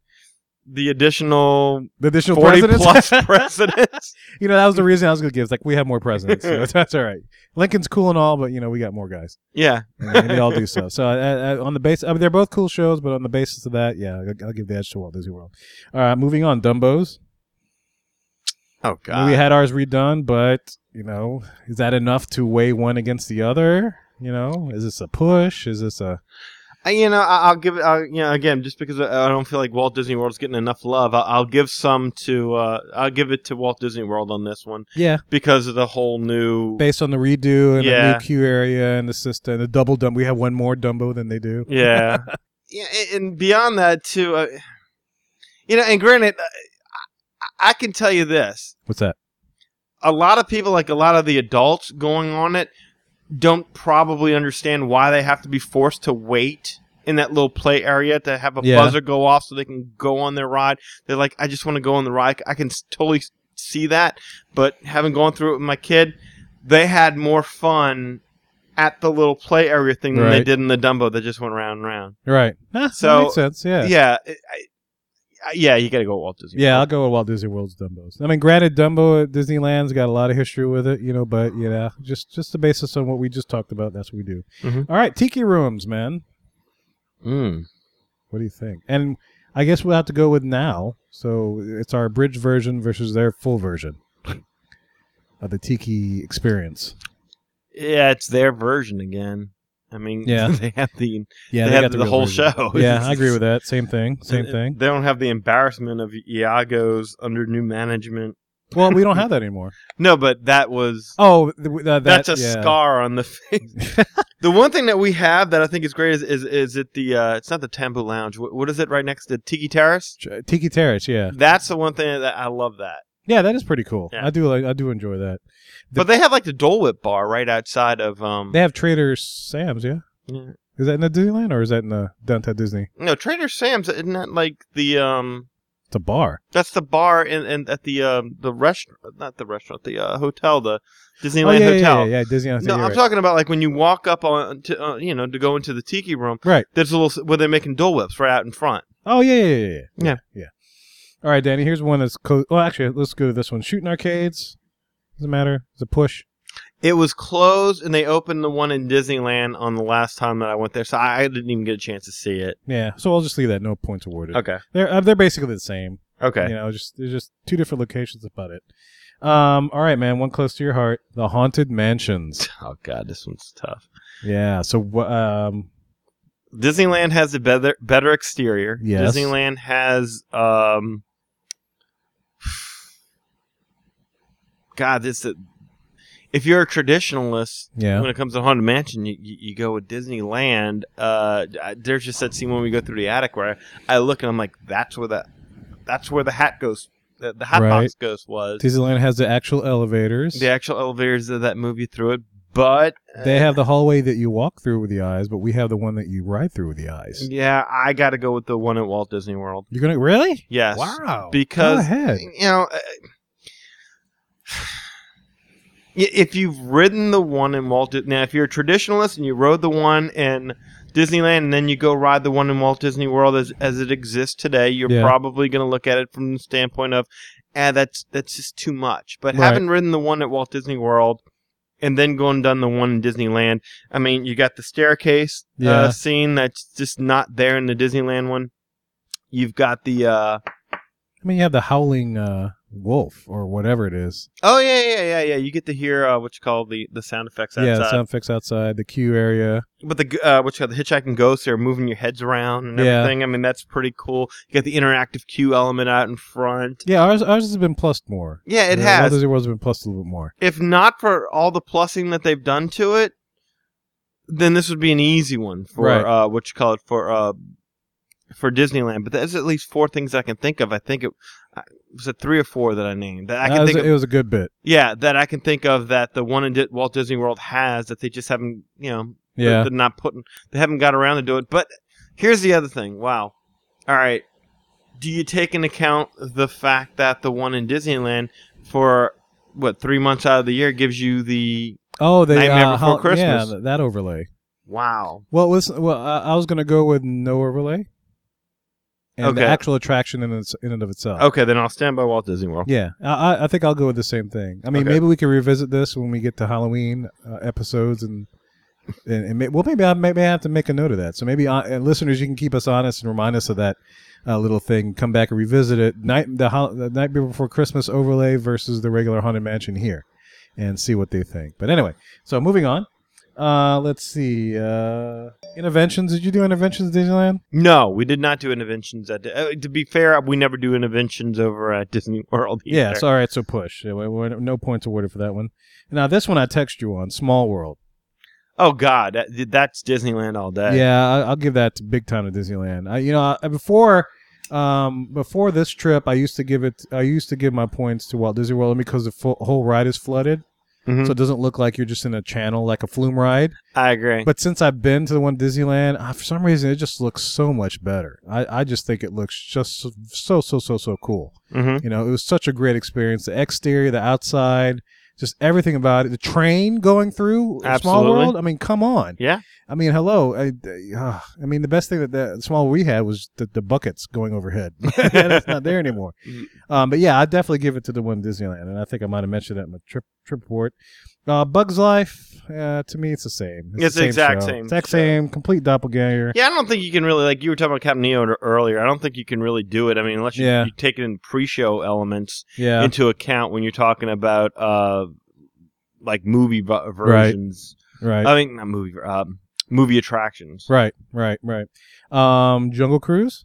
S3: The additional
S1: the additional
S3: 40
S1: presidents.
S3: plus presidents.
S1: you know, that was the reason I was going to give. It's like we have more presidents. so that's all right. Lincoln's cool and all, but you know, we got more guys,
S3: Yeah.
S1: and, and they all do so. So uh, uh, on the base, I mean, they're both cool shows, but on the basis of that, yeah, I'll, I'll give the edge to Walt Disney World. All right, moving on, Dumbo's.
S3: Oh
S1: I mean, we had ours redone, but you know, is that enough to weigh one against the other? You know, is this a push? Is this a
S3: you know, I- I'll give it. I'll, you know, again, just because I I don't feel like Walt Disney World's getting enough love, I'll, I'll give some to. Uh, I'll give it to Walt Disney World on this one
S1: yeah?
S3: because of the whole new.
S1: based on the redo and the
S3: Yeah.
S1: new queue area and the system, the double Dumbo. We have one more Dumbo than they do.
S3: yeah. yeah, a- and beyond that too. Uh, you know, and granted, uh, I- I, I can tell you this:
S1: What's that?
S3: a lot of people, like a lot of the adults going on it, don't probably understand why they have to be forced to wait in that little play area to have a
S1: Yeah.
S3: buzzer go off so they can go on their ride. They're like, I just want to go on the ride. I can s- totally s- see that, but having gone through it with my kid, they had more fun at the little play area thing than they
S1: Right.
S3: did in the Dumbo that just went round and round.
S1: Right. Nah, so
S3: So-
S1: makes sense. Yeah. yeah.
S3: Yeah, it- I, I, yeah, you got to go Walt Disney.
S1: I'll go with Walt Disney World's Dumbo's. I mean, granted, Dumbo at Disneyland's got a lot of history with it, you know, but you know, just just the basis on what we just talked about. That's what we do.
S3: Mhm.
S1: All right, tiki rooms, man.
S3: Mm.
S1: What do you think? And I guess we'll have to go with now. So it's our abridged version versus their full version of the tiki experience.
S3: yeah, it's their version again. I mean,
S1: Yeah.
S3: they have the
S1: Yeah,
S3: they,
S1: got
S3: have the,
S1: real
S3: whole
S1: version.
S3: show.
S1: Yeah, I agree with that. Same thing. Same thing.
S3: They don't have the embarrassment of Iago's under new management.
S1: Well, we don't have that anymore.
S3: No, but that was
S1: Oh, th- w- uh, that,
S3: that's a
S1: yeah.
S3: scar on the face. the one thing that we have that I think is great is is, is it the uh, it's not the Tambu Lounge. What, what is it right next to Tiki Terrace?
S1: Ch- Tiki Terrace, yeah,
S3: That's the one thing that I love that.
S1: yeah, that is pretty cool.
S3: Yeah.
S1: I do, like, I do enjoy that.
S3: But they have like the Dole Whip bar right outside of um
S1: They have Trader Sam's, yeah.
S3: Yeah.
S1: Is that in the Disneyland or is that in the downtown Disney?
S3: no Trader Sam's isn't that like the um
S1: It's a bar.
S3: that's the bar in, in at the um the restaurant not the restaurant the uh, hotel the
S1: Oh,
S3: Disneyland
S1: yeah, yeah,
S3: Hotel.
S1: yeah, yeah, Disneyland.
S3: No,
S1: yeah,
S3: I'm
S1: right.
S3: talking about like when you walk up on to, uh, you know to go into the tiki room.
S1: Right.
S3: There's a little where they're making Dole Whips right out in front.
S1: Oh yeah, yeah, yeah, yeah,
S3: Yeah.
S1: yeah. All right, Danny. Here's one that's close. Well, actually, let's go to this one. Shooting arcades doesn't matter. It's a push.
S3: It was closed and they opened the one in Disneyland on the last time that I went there, so I, I didn't even get a chance to see it.
S1: Yeah. So I'll just leave that. No points awarded.
S3: Okay.
S1: They're uh, they're basically the same.
S3: Okay.
S1: You know, just there's just two different locations about it. Um. All right, man. One close to your heart. The haunted mansions.
S3: Oh god, this one's tough.
S1: yeah. So wh- um.
S3: Disneyland has a better better exterior.
S1: Yes.
S3: Disneyland has um God, this if you're a traditionalist,
S1: Yeah.
S3: when it comes to haunted mansion you, you, you go with disneyland uh I- there's just that scene when we go through the attic where i, I look and i'm like that's where that that's where the hat ghost the, the hat box
S1: Right.
S3: ghost was
S1: Disneyland has the actual elevators.
S3: the actual elevators of that movie through it but uh,
S1: They have the hallway that you walk through with the eyes, but we have the one that you ride through with the eyes.
S3: yeah i gotta go with the one at walt disney world
S1: You're gonna really?
S3: yes
S1: Wow.
S3: Because-
S1: Go ahead.
S3: you know uh, y- if you've ridden the one in Walt Disney, now if you're a traditionalist and you rode the one in Disneyland and then you go ride the one in Walt Disney World as, as it exists today, you're
S1: Yeah.
S3: probably going to look at it from the standpoint of, ah, that's that's just too much. But
S1: Right.
S3: having ridden the one at Walt Disney World and then going done the one in Disneyland, I mean, you got the staircase
S1: Yeah.
S3: uh, scene that's just not there in the Disneyland one. You've got the uh,
S1: I mean, you have the howling uh, wolf or whatever it is.
S3: Oh yeah, yeah, yeah, yeah. You get to hear uh, what you call the, the sound effects outside.
S1: Yeah, the sound fix outside the queue area.
S3: but the uh, what you call the hitchhiking ghosts are moving your heads around and
S1: Yeah.
S3: everything. I mean, that's pretty cool. You got the interactive queue element out in front.
S1: Yeah, ours, ours has been plussed more.
S3: Yeah, it
S1: Uh, Walt
S3: has.
S1: Disney World's been plussed a little bit more.
S3: If not for all the plussing that they've done to it, then this would be an easy one for
S1: Right.
S3: uh, what you call it for uh, for Disneyland. But there's at least four things I can think of. I think it I- was it three or four that I named. That I
S1: That
S3: can
S1: was-
S3: think of.
S1: it was Uh, a good bit.
S3: Yeah, that I can think of that the one in Di- Walt Disney World has that they just haven't, you know, they're-
S1: Yeah.
S3: they're not putting, they haven't got around to do it. But here's the other thing. Wow. All right. Do you take into account the fact that the one in Disneyland for what three months out of the year gives you the
S1: Oh, they
S3: Nightmare
S1: uh,
S3: Before
S1: how- Yeah,
S3: Christmas.
S1: th- that overlay.
S3: wow?
S1: Well, listen. Well, I, I was gonna go with no overlay, and the
S3: Okay.
S1: actual attraction in its, in and of itself.
S3: Okay, then I'll stand by Walt Disney World.
S1: Yeah, I, I- I think I'll go with the same thing. I mean,
S3: Okay.
S1: maybe we can revisit this when we get to Halloween uh, episodes, and and, and may, well, maybe I maybe I have to make a note of that. So maybe uh, and listeners, you can keep us honest and remind us of that uh, little thing. Come back and revisit it. Night the, hol- the night before Christmas overlay versus the regular haunted mansion here, and see what they think. But anyway, so moving on. Uh, let's see. Uh, interventions. Did you do interventions at Disneyland?
S3: No, we did not do interventions at. Di- Uh, to be fair, we never do interventions over at Disney World. Either.
S1: Yeah, so all right, so push. Yeah, we- we're- No points awarded for that one. Now this one I text you on Small World.
S3: oh God, that, that's Disneyland all day.
S1: Yeah, I- I'll give that to big time to Disneyland. I, you know, I, before um before this trip, I used to give it. I used to give my points to Walt Disney World because the full, whole ride is flooded,
S3: Mhm.
S1: so it doesn't look like you're just in a channel like a flume ride.
S3: I agree.
S1: But since I've been to the one Disneyland, uh, for some reason it just looks so much better. I, I just think it looks just so so so so, so cool.
S3: mm-hmm.
S1: You know, it was such a great experience. The exterior, the outside, just everything about it. The train going through Small
S3: Absolutely.
S1: World. I mean, come on.
S3: Yeah.
S1: I mean, hello. I, uh, I mean, the best thing that the small we had was the, the buckets going overhead. That's not there anymore.
S3: Mm.
S1: Um, but yeah, I definitely give it to the one in Disneyland, and I think I might have mentioned that in my trip trip report. Uh, Bugs Life, uh, to me, it's the same.
S3: It's the exact
S1: show.
S3: same
S1: exact
S3: show.
S1: same, complete doppelganger.
S3: Yeah, I don't think you can really like you were talking about Captain Neo ear- earlier. I don't think you can really do it. I mean, unless you,
S1: Yeah.
S3: you take in pre-show elements
S1: Yeah,
S3: into account when you're talking about uh, like movie v- versions.
S1: Right.
S3: I mean, not movie, um, movie attractions.
S1: right. Right. Right. Um, Jungle Cruise.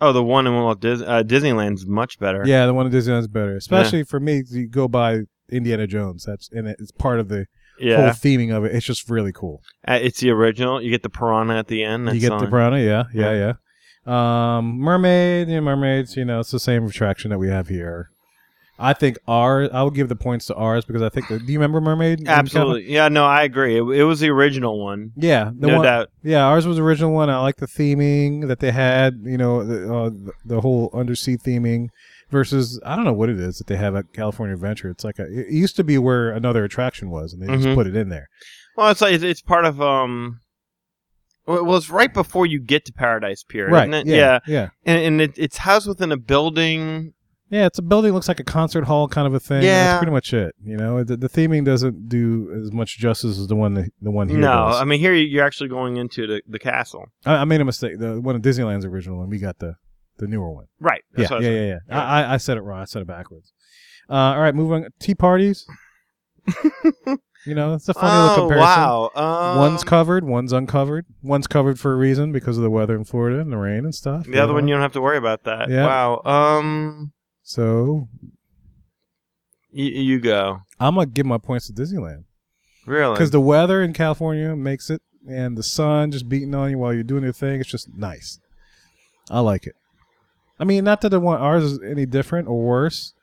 S3: Oh, the one in Walt Dis- uh, Disneyland's much better.
S1: Yeah, the one at Disneyland's better, especially for me. You go by Indiana Jones. That's and it's part of the whole
S3: yeah.
S1: theming of it. It's just really cool.
S3: Uh, it's the original. You get the piranha at the end.
S1: you
S3: that's
S1: get the
S3: on-
S1: piranha. Yeah. Yeah. Yeah. Um, mermaid. Yeah, mermaids. You know, it's the same attraction that we have here. I think ours. I will give the points to ours because I think. The, do you remember Mermaid?
S3: Absolutely. Yeah, no, I agree. It, it was the original one.
S1: Yeah, the
S3: no
S1: one,
S3: doubt.
S1: Yeah, ours was the original one. I like the theming that they had. You know, the, uh, the- the whole undersea theming versus I don't know what it is that they have at California Adventure. It's like a, it used to be where another attraction was, and they just
S3: Mhm.
S1: put it in there.
S3: Well, it's like it's, it's part of um. Well, well, it's right before you get to Paradise Pier,
S1: Right?
S3: Isn't it?
S1: Yeah, yeah. Yeah.
S3: And, and it, it's housed within a building.
S1: It's a building looks like a concert hall kind of a thing.
S3: Yeah.
S1: That's pretty much it. You know, the, the theming doesn't do as much justice as the one the, the one here
S3: no, um
S1: does.
S3: I mean here you- you're actually going into the, the castle.
S1: I, I made a mistake. The one at Disneyland's original one. We got the the newer one.
S3: Right. That's
S1: yeah,
S3: what I
S1: yeah,
S3: was-
S1: yeah, yeah, I, I- I said it wrong. I said it backwards. Uh, all right, moving on. Tea parties. you know, it's a funny little
S3: oh
S1: comparison.
S3: wow. Um,
S1: One's covered, one's uncovered. One's covered for a reason because of the weather in Florida and the rain and stuff.
S3: the other one. You don't have to worry about that.
S1: Yeah.
S3: Wow. Um.
S1: So
S3: You, you go.
S1: I'm gonna give my points to Disneyland
S3: Really.
S1: because the weather in California makes it, and the sun just beating on you while you're doing your thing. It's just nice. I like it. I mean, not that the one ours is any different or worse,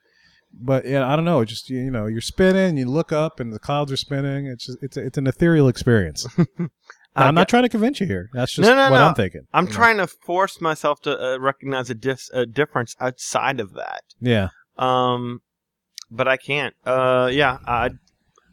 S1: but yeah, I don't know. It's Just you know, you're spinning, you look up, and the clouds are spinning. It's just it's it's an ethereal experience.
S3: I
S1: I'm not
S3: get-
S1: trying to convince you here. That's just
S3: No, no,
S1: what
S3: no.
S1: I'm thinking.
S3: I'm
S1: you know?
S3: trying to force myself to uh, recognize a, dis- a difference outside of that.
S1: Yeah.
S3: Um, but I can't. Uh, yeah. I,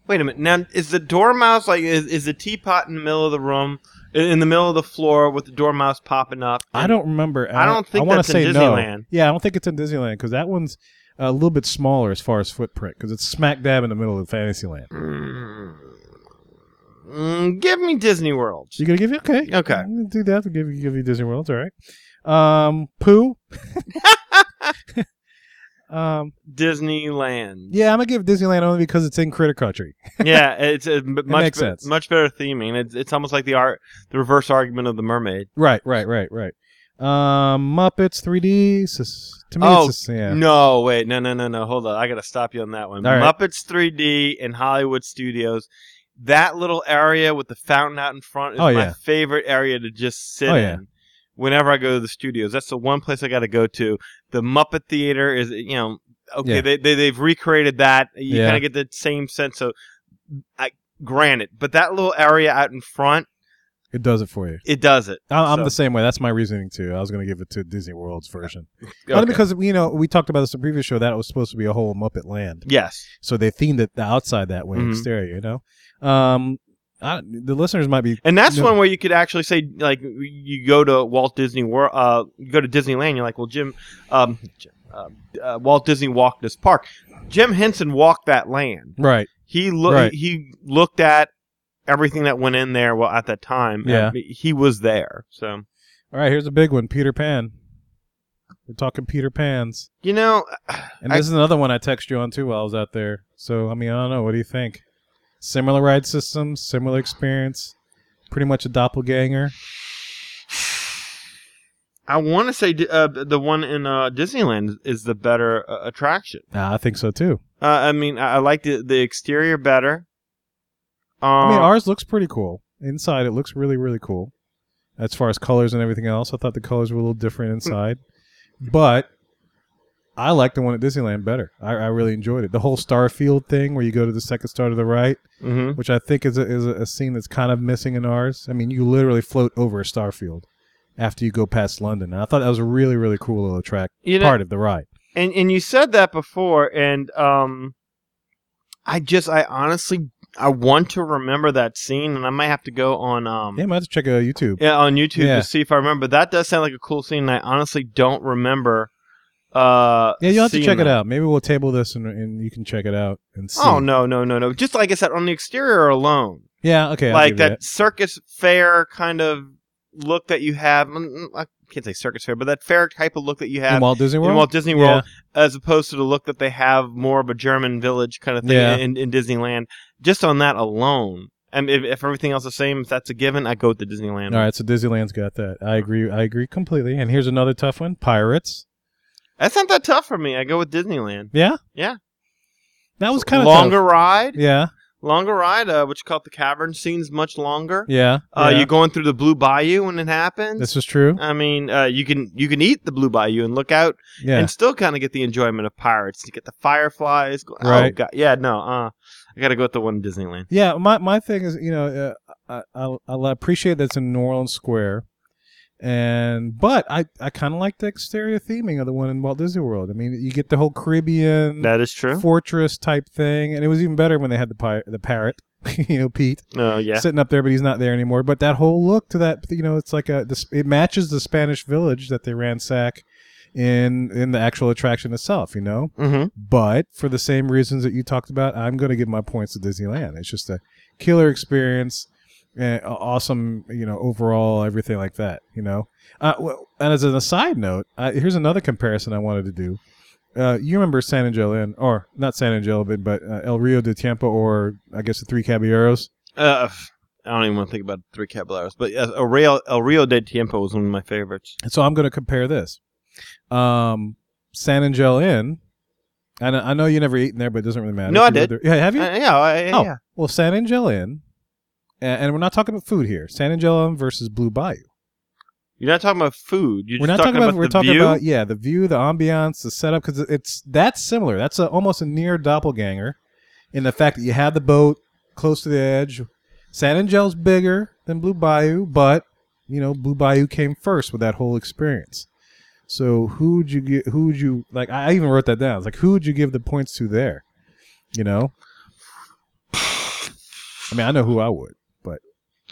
S3: wait a minute. Now, is the dormouse like is, is the teapot in the middle of the room, in in the middle of the floor with the dormouse popping up?
S1: I don't remember.
S3: I don't think
S1: I want
S3: that's
S1: to say
S3: in
S1: no.
S3: Disneyland.
S1: Yeah, I don't think it's in Disneyland because that one's a little bit smaller as far as footprint because it's smack dab in the middle of Fantasyland.
S3: Mm, Mm, give me Disney World.
S1: You gonna give you okay?
S3: Okay.
S1: I'm gonna do that. I'll give you give you Disney World. It's all right. Um, poo. um,
S3: Disneyland.
S1: yeah, I'm gonna give Disneyland only because it's in critter country.
S3: yeah, it's a m- much
S1: makes
S3: be-
S1: sense.
S3: much better theming. It's, it's almost like the art, the reverse argument of the mermaid.
S1: Right, right, right, right. Um, Muppets 3D. It's just- to me,
S3: Oh,
S1: it's just, yeah.
S3: No, wait, no, no, no, no. Hold on, I gotta stop you on that one.
S1: All right.
S3: Muppets 3D in Hollywood Studios. That little area with the fountain out in front is
S1: Oh,
S3: my
S1: yeah.
S3: favorite area to just sit
S1: Oh, yeah.
S3: in. Whenever I go to the studios, that's the one place I got to go to. The Muppet Theater is, you know, okay.
S1: Yeah.
S3: They, they they've recreated that. You
S1: Yeah.
S3: kind of get the same sense of, I granted, but that little area out in front,
S1: It does it for you.
S3: it does it.
S1: I, I'm
S3: So-
S1: the same way. That's my reasoning too. I was gonna give it to Disney World's version, only
S3: Okay.
S1: because you know we talked about this in the previous show that it was supposed to be a whole Muppet land,
S3: yes,
S1: so they themed it the outside that way
S3: Mhm.
S1: exterior. You know, um, I, the listeners might be
S3: And that's
S1: No.
S3: one where you could actually say, like, you go to Walt Disney World, uh, you go to Disneyland, you're like, well, Jim, um, Jim, uh, uh, Walt Disney walked this park. Jim Henson walked that land.
S1: right.
S3: He looked,
S1: Right.
S3: he looked at everything that went in there. Well, at that time,
S1: Yeah.
S3: and he was there. So
S1: All right, here's a big one, Peter Pan. We're talking Peter Pan's,
S3: you know,
S1: and
S3: I-
S1: this is another one I text you on too while I was out there. So I mean, I don't know. What do you think? Similar ride systems, similar experience, pretty much a doppelganger.
S3: I want to say uh, the one in uh, Disneyland is the better uh, attraction.
S1: Ah, I think so too.
S3: Uh, I mean, I, I like the the exterior better. Um,
S1: I mean, ours looks pretty cool. Inside, it looks really, really cool. As far as colors and everything else, I thought the colors were a little different inside, but I like the one at Disneyland better. I, I really enjoyed it. The whole Starfield thing, where you go to the second star to the right,
S3: mhm.
S1: which I think is a, is a, a scene that's kind of missing in ours. I mean, you literally float over a Starfield after you go past London. And I thought that was a really, really cool little track
S3: You know-
S1: part of the ride.
S3: and and you said that before and um i just i honestly i want to remember that scene and i might have to go on um
S1: Yeah, I might have to check out YouTube.
S3: yeah, on youtube
S1: Yeah.
S3: to see if i remember that does sound like a cool scene and i honestly don't remember uh
S1: Yeah, you'll have to
S3: seeing
S1: check it
S3: that.
S1: out. Maybe we'll table this and, and you can check it out and see.
S3: oh no no no no just like i said on the exterior alone
S1: Yeah, okay. I'll give
S3: like
S1: you
S3: that circus fair kind of look that you have mm, mm, like can't say circus fair, but that fair type of look that you
S1: in
S3: have
S1: Walt Disney
S3: in
S1: World.
S3: Walt Disney World, as opposed to the look that they have more of a German village kind of thing
S1: Yeah.
S3: in, in Disneyland. Just on that alone, I mean, if, if everything else is the same, if that's a given, I go with the Disneyland.
S1: All right, so Disneyland's got that. I agree. I agree completely. And here's another tough one: Pirates.
S3: That's not that tough for me. I go with Disneyland.
S1: Yeah.
S3: Yeah.
S1: That was kind of
S3: longer ride,
S1: Yeah.
S3: longer ride. Uh, what you call it, the cavern scenes much longer.
S1: Yeah.
S3: Uh,
S1: yeah.
S3: You're going through the Blue Bayou when it happens.
S1: This is true.
S3: I mean, uh, you can you can eat the Blue Bayou and look out
S1: Yeah.
S3: and still kind of get the enjoyment of pirates. You get the fireflies. Go- Oh,
S1: Right.
S3: God. Yeah, no. Uh, I got to go with the one in Disneyland.
S1: Yeah, my my thing is, you know, uh, I, I I appreciate that's in New Orleans Square, and but I I kind of like the exterior theming of the one in Walt Disney World. I mean, you get the whole Caribbean
S3: That is true.
S1: fortress type thing, and it was even better when they had the pi- the parrot, you know, Pete
S3: Oh, yeah.
S1: sitting up there, but he's not there anymore. But that whole look to that, you know, it's like a this, it matches the Spanish village that they ransack in in the actual attraction itself. You know,
S3: Mm-hmm.
S1: but for the same reasons that you talked about, I'm going to give my points to Disneyland. It's just a killer experience, uh, awesome, you know, overall everything like that. You know, uh, well, and as an aside note, uh, here's another comparison I wanted to do. Uh, you remember San Angel Inn, or not San Angel, but, but uh, El Rio de Tiempo, or I guess the Three Caballeros.
S3: Uh, I don't even want to think about Three Caballeros, but uh, El Rio, El Rio de Tiempo was one of my favorites.
S1: And so I'm going to compare this. Um, San Angel Inn, and I I know you never eaten there, but it doesn't really matter. If
S3: No, I
S1: you lived
S3: did.
S1: there- Yeah, have
S3: Uh,
S1: you?
S3: yeah, I,
S1: Oh.
S3: yeah.
S1: Well, San Angel Inn, a- and we're not talking about food here. San Angel Inn versus Blue Bayou.
S3: You're not talking about food. You're
S1: we're not
S3: just
S1: talking about,
S3: the
S1: we're talking
S3: view.
S1: about yeah the view, the ambiance, the setup because it's that's similar. That's a, almost a near doppelganger in the fact that you have the boat close to the edge. San Angel's bigger than Blue Bayou, but you know Blue Bayou came first with that whole experience. So who would you get? Who would you like? I I even wrote that down. It's like who would you give the points to there? You know, I mean, I know who I would.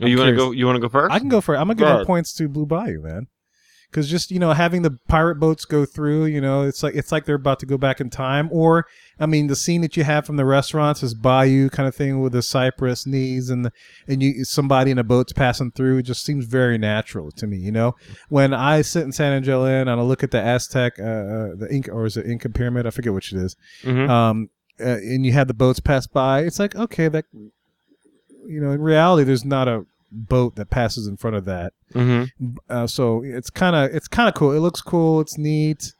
S3: Oh, you want to
S1: curious.
S3: go? You want to go first?
S1: I can go for it. I'm gonna give
S3: Go
S1: my
S3: ahead.
S1: points to Blue Bayou, man. Because just you know, having the pirate boats go through, you know, it's like it's like they're about to go back in time. Or, I mean, the scene that you have from the restaurants is Bayou kind of thing with the cypress knees and the, and you somebody in a boat's passing through. It just seems very natural to me, you know. When I sit in San Angel Inn and I look at the Aztec, uh, uh, the Inca or is it Inca pyramid? I forget which it is
S3: Mhm.
S1: um, uh, and you had the boats pass by, it's like okay, that you know, in reality, there's not a boat that passes in front of that.
S3: mm-hmm.
S1: Uh, so it's kind of it's kind of cool. It looks cool. It's neat.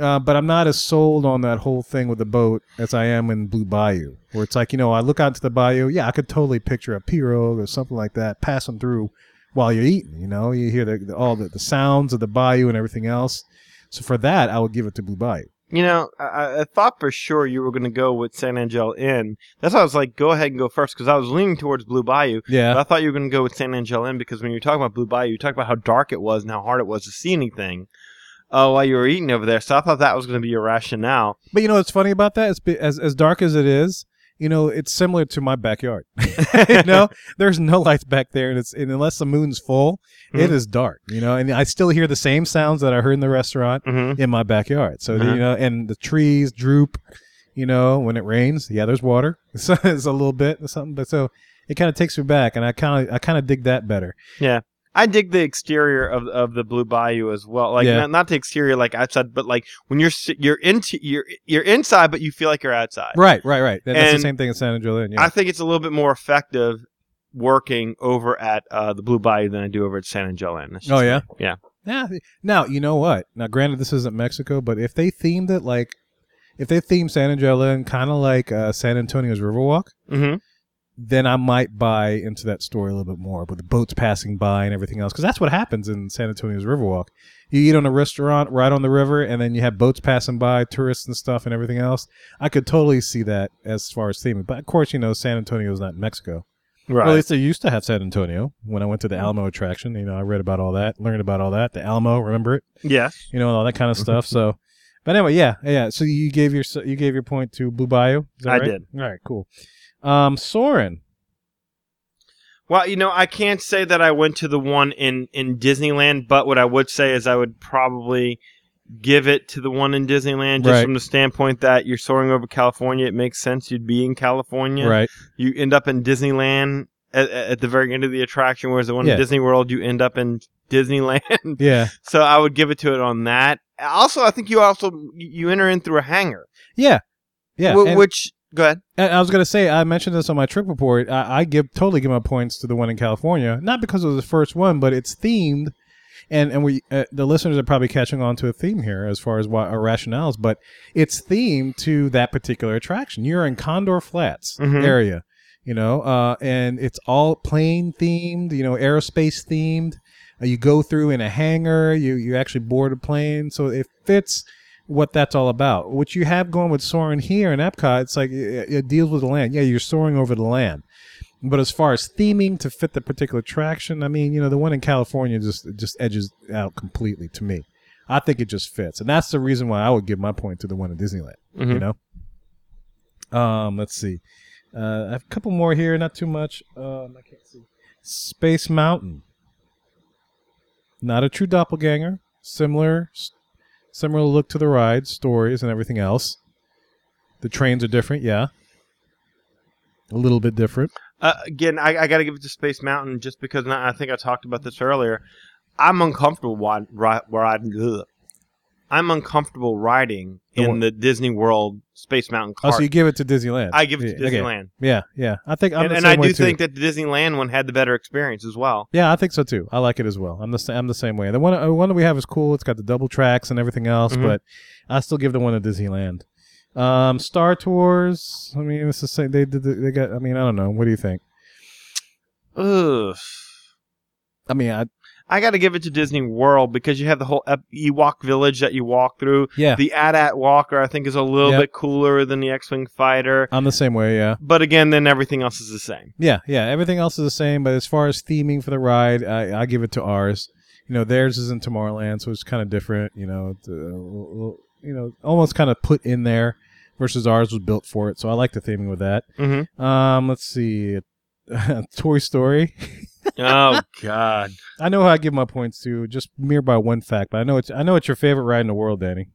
S1: Uh, but I'm not as sold on that whole thing with the boat as I am in Blue Bayou, where it's like you know I look out to the bayou. Yeah, I could totally picture a pirogue or something like that passing through while you're eating. You know, you hear the, the, all the, the sounds of the bayou and everything else. So for that, I would give it to Blue Bayou.
S3: You know, I- I, I thought for sure you were going to go with San Angel Inn. That's why I was like, go ahead and go first because I was leaning towards Blue Bayou. But
S1: Yeah,
S3: I thought you were going to go with San Angel Inn because when you were talking about Blue Bayou, you talked about how dark it was and how hard it was to see anything uh, while you were eating over there. So I thought that was going to be your rationale.
S1: But you know what's funny about that? It's be, as as dark as it is. You know, it's similar to my backyard. you know, there's no lights back there, and it's and unless the moon's full, it
S3: Mhm.
S1: is dark. You know, and I still hear the same sounds that I heard in the restaurant
S3: Mm-hmm.
S1: in my backyard. So
S3: Uh-huh.
S1: you know, and the trees droop. You know, when it rains, yeah, there's water. So it's a little bit or something, but so it kind of takes me back, and I kind of I kind of dig that better.
S3: I dig the exterior of, of the Blue Bayou as well. Like
S1: Yeah.
S3: not, not the exterior like outside, but like when you're si- you're into you're you're inside, but you feel like you're outside.
S1: Right, right, right. That- That's the
S3: And
S1: same thing in San Angelo. Inn, Yeah.
S3: I think it's a little bit more effective working over at uh, the Blue Bayou than I do over at San Angel Inn. It's
S1: Oh
S3: just-
S1: yeah,
S3: Yeah.
S1: Now, now you know what? Now, granted, this isn't Mexico, but if they themed it like, if they themed San Angela and kind of like uh, San Antonio's Riverwalk,
S3: Mhm.
S1: then I might buy into that story a little bit more with the boats passing by and everything else, because that's what happens in San Antonio's Riverwalk. You eat on a restaurant right on the river, and then you have boats passing by, tourists and stuff, and everything else. I could totally see that as far as theming, but of course, you know, San Antonio is not Mexico.
S3: Right.
S1: Well, at least they used to have San Antonio. When I went to the Alamo attraction, you know, I read about all that, learned about all that. The Alamo, remember it?
S3: yeah.
S1: You know, all that kind of stuff.
S3: Mm-hmm.
S1: So, but anyway, yeah, yeah. So you gave your you gave your point to Blue Bayou. Is that
S3: I
S1: right?
S3: did.
S1: All right, cool. Um, Soren.
S3: Well, you know, I can't say that I went to the one in in Disneyland, but what I would say is I would probably give it to the one in Disneyland just
S1: Right.
S3: from the standpoint that you're soaring over California. It makes sense you'd be in California.
S1: Right.
S3: You end up in Disneyland at, at the very end of the attraction, whereas the one
S1: Yeah.
S3: in Disney World, you end up in Disneyland.
S1: Yeah.
S3: so I would give it to it on that. Also, I think you also you enter in through a hangar.
S1: Yeah. Yeah.
S3: wh-
S1: and-
S3: which go ahead.
S1: And I was gonna say I mentioned this on my trip report. I, I give totally give my points to the one in California, not because it was the first one, but it's themed, and and we uh, the listeners are probably catching on to a theme here as far as why our rationales, but it's themed to that particular attraction. You're in Condor Flats
S3: Mhm.
S1: area, you know, uh, and it's all plane themed, you know, aerospace themed. Uh, you go through in a hangar. You you actually board a plane, so it fits what that's all about. What you have going with soaring here in Epcot, it's like it, it deals with the land. Yeah, you're soaring over the land. But as far as theming to fit the particular attraction, I mean, you know, the one in California just just edges out completely to me. I think it just fits, and that's the reason why I would give my point to the one in Disneyland.
S3: Mm-hmm.
S1: You know, um, let's see, uh, I have a couple more here, not too much. Um, I can't see Space Mountain, not a true doppelganger, similar similar look to the ride, stories, and everything else. The trains are different, yeah. A little bit different.
S3: Uh, again, I, I got to give it to Space Mountain just because and I I think I talked about this earlier. I'm uncomfortable wi- ri- riding. Ugh. I'm uncomfortable riding
S1: The
S3: in
S1: one-
S3: the Disney World Space Mountain
S1: Oh,
S3: cart.
S1: so you give it to Disneyland?
S3: I give it to
S1: Yeah, okay.
S3: Disneyland,
S1: Yeah, yeah. I think I'm
S3: and,
S1: the
S3: and
S1: same
S3: I
S1: way
S3: do
S1: too.
S3: think that the Disneyland one had the better experience as well.
S1: Yeah, I think so too. I like it as well. I'm the sa- I'm the same way. The one uh, one that we have is cool. It's got the double tracks and everything else,
S3: Mhm.
S1: but I still give the one at Disneyland. Um, Star Tours. I mean, it's the same. They did. The, they got. I mean, I don't know. What do you think?
S3: Ugh.
S1: I mean, I
S3: I got to give it to Disney World because you have the whole Ep- Ewok village that you walk through.
S1: yeah.
S3: The AT-AT Walker, I think, is a little
S1: Yep.
S3: bit cooler than the X-wing fighter.
S1: I'm the same way. Yeah.
S3: But again, then everything else is the same.
S1: Yeah, yeah. Everything else is the same, but as far as theming for the ride, I, I give it to ours. You know, theirs is in Tomorrowland, so it's kind of different. You know, it's, uh, l- l- you know, almost kind of put in there versus ours was built for it. So I like the theming with that.
S3: Mhm.
S1: Um, let's see, Toy Story.
S3: oh God.
S1: I know how I give my points to just mere by one fact, but I know it's I know it's your favorite ride in the world, Danny.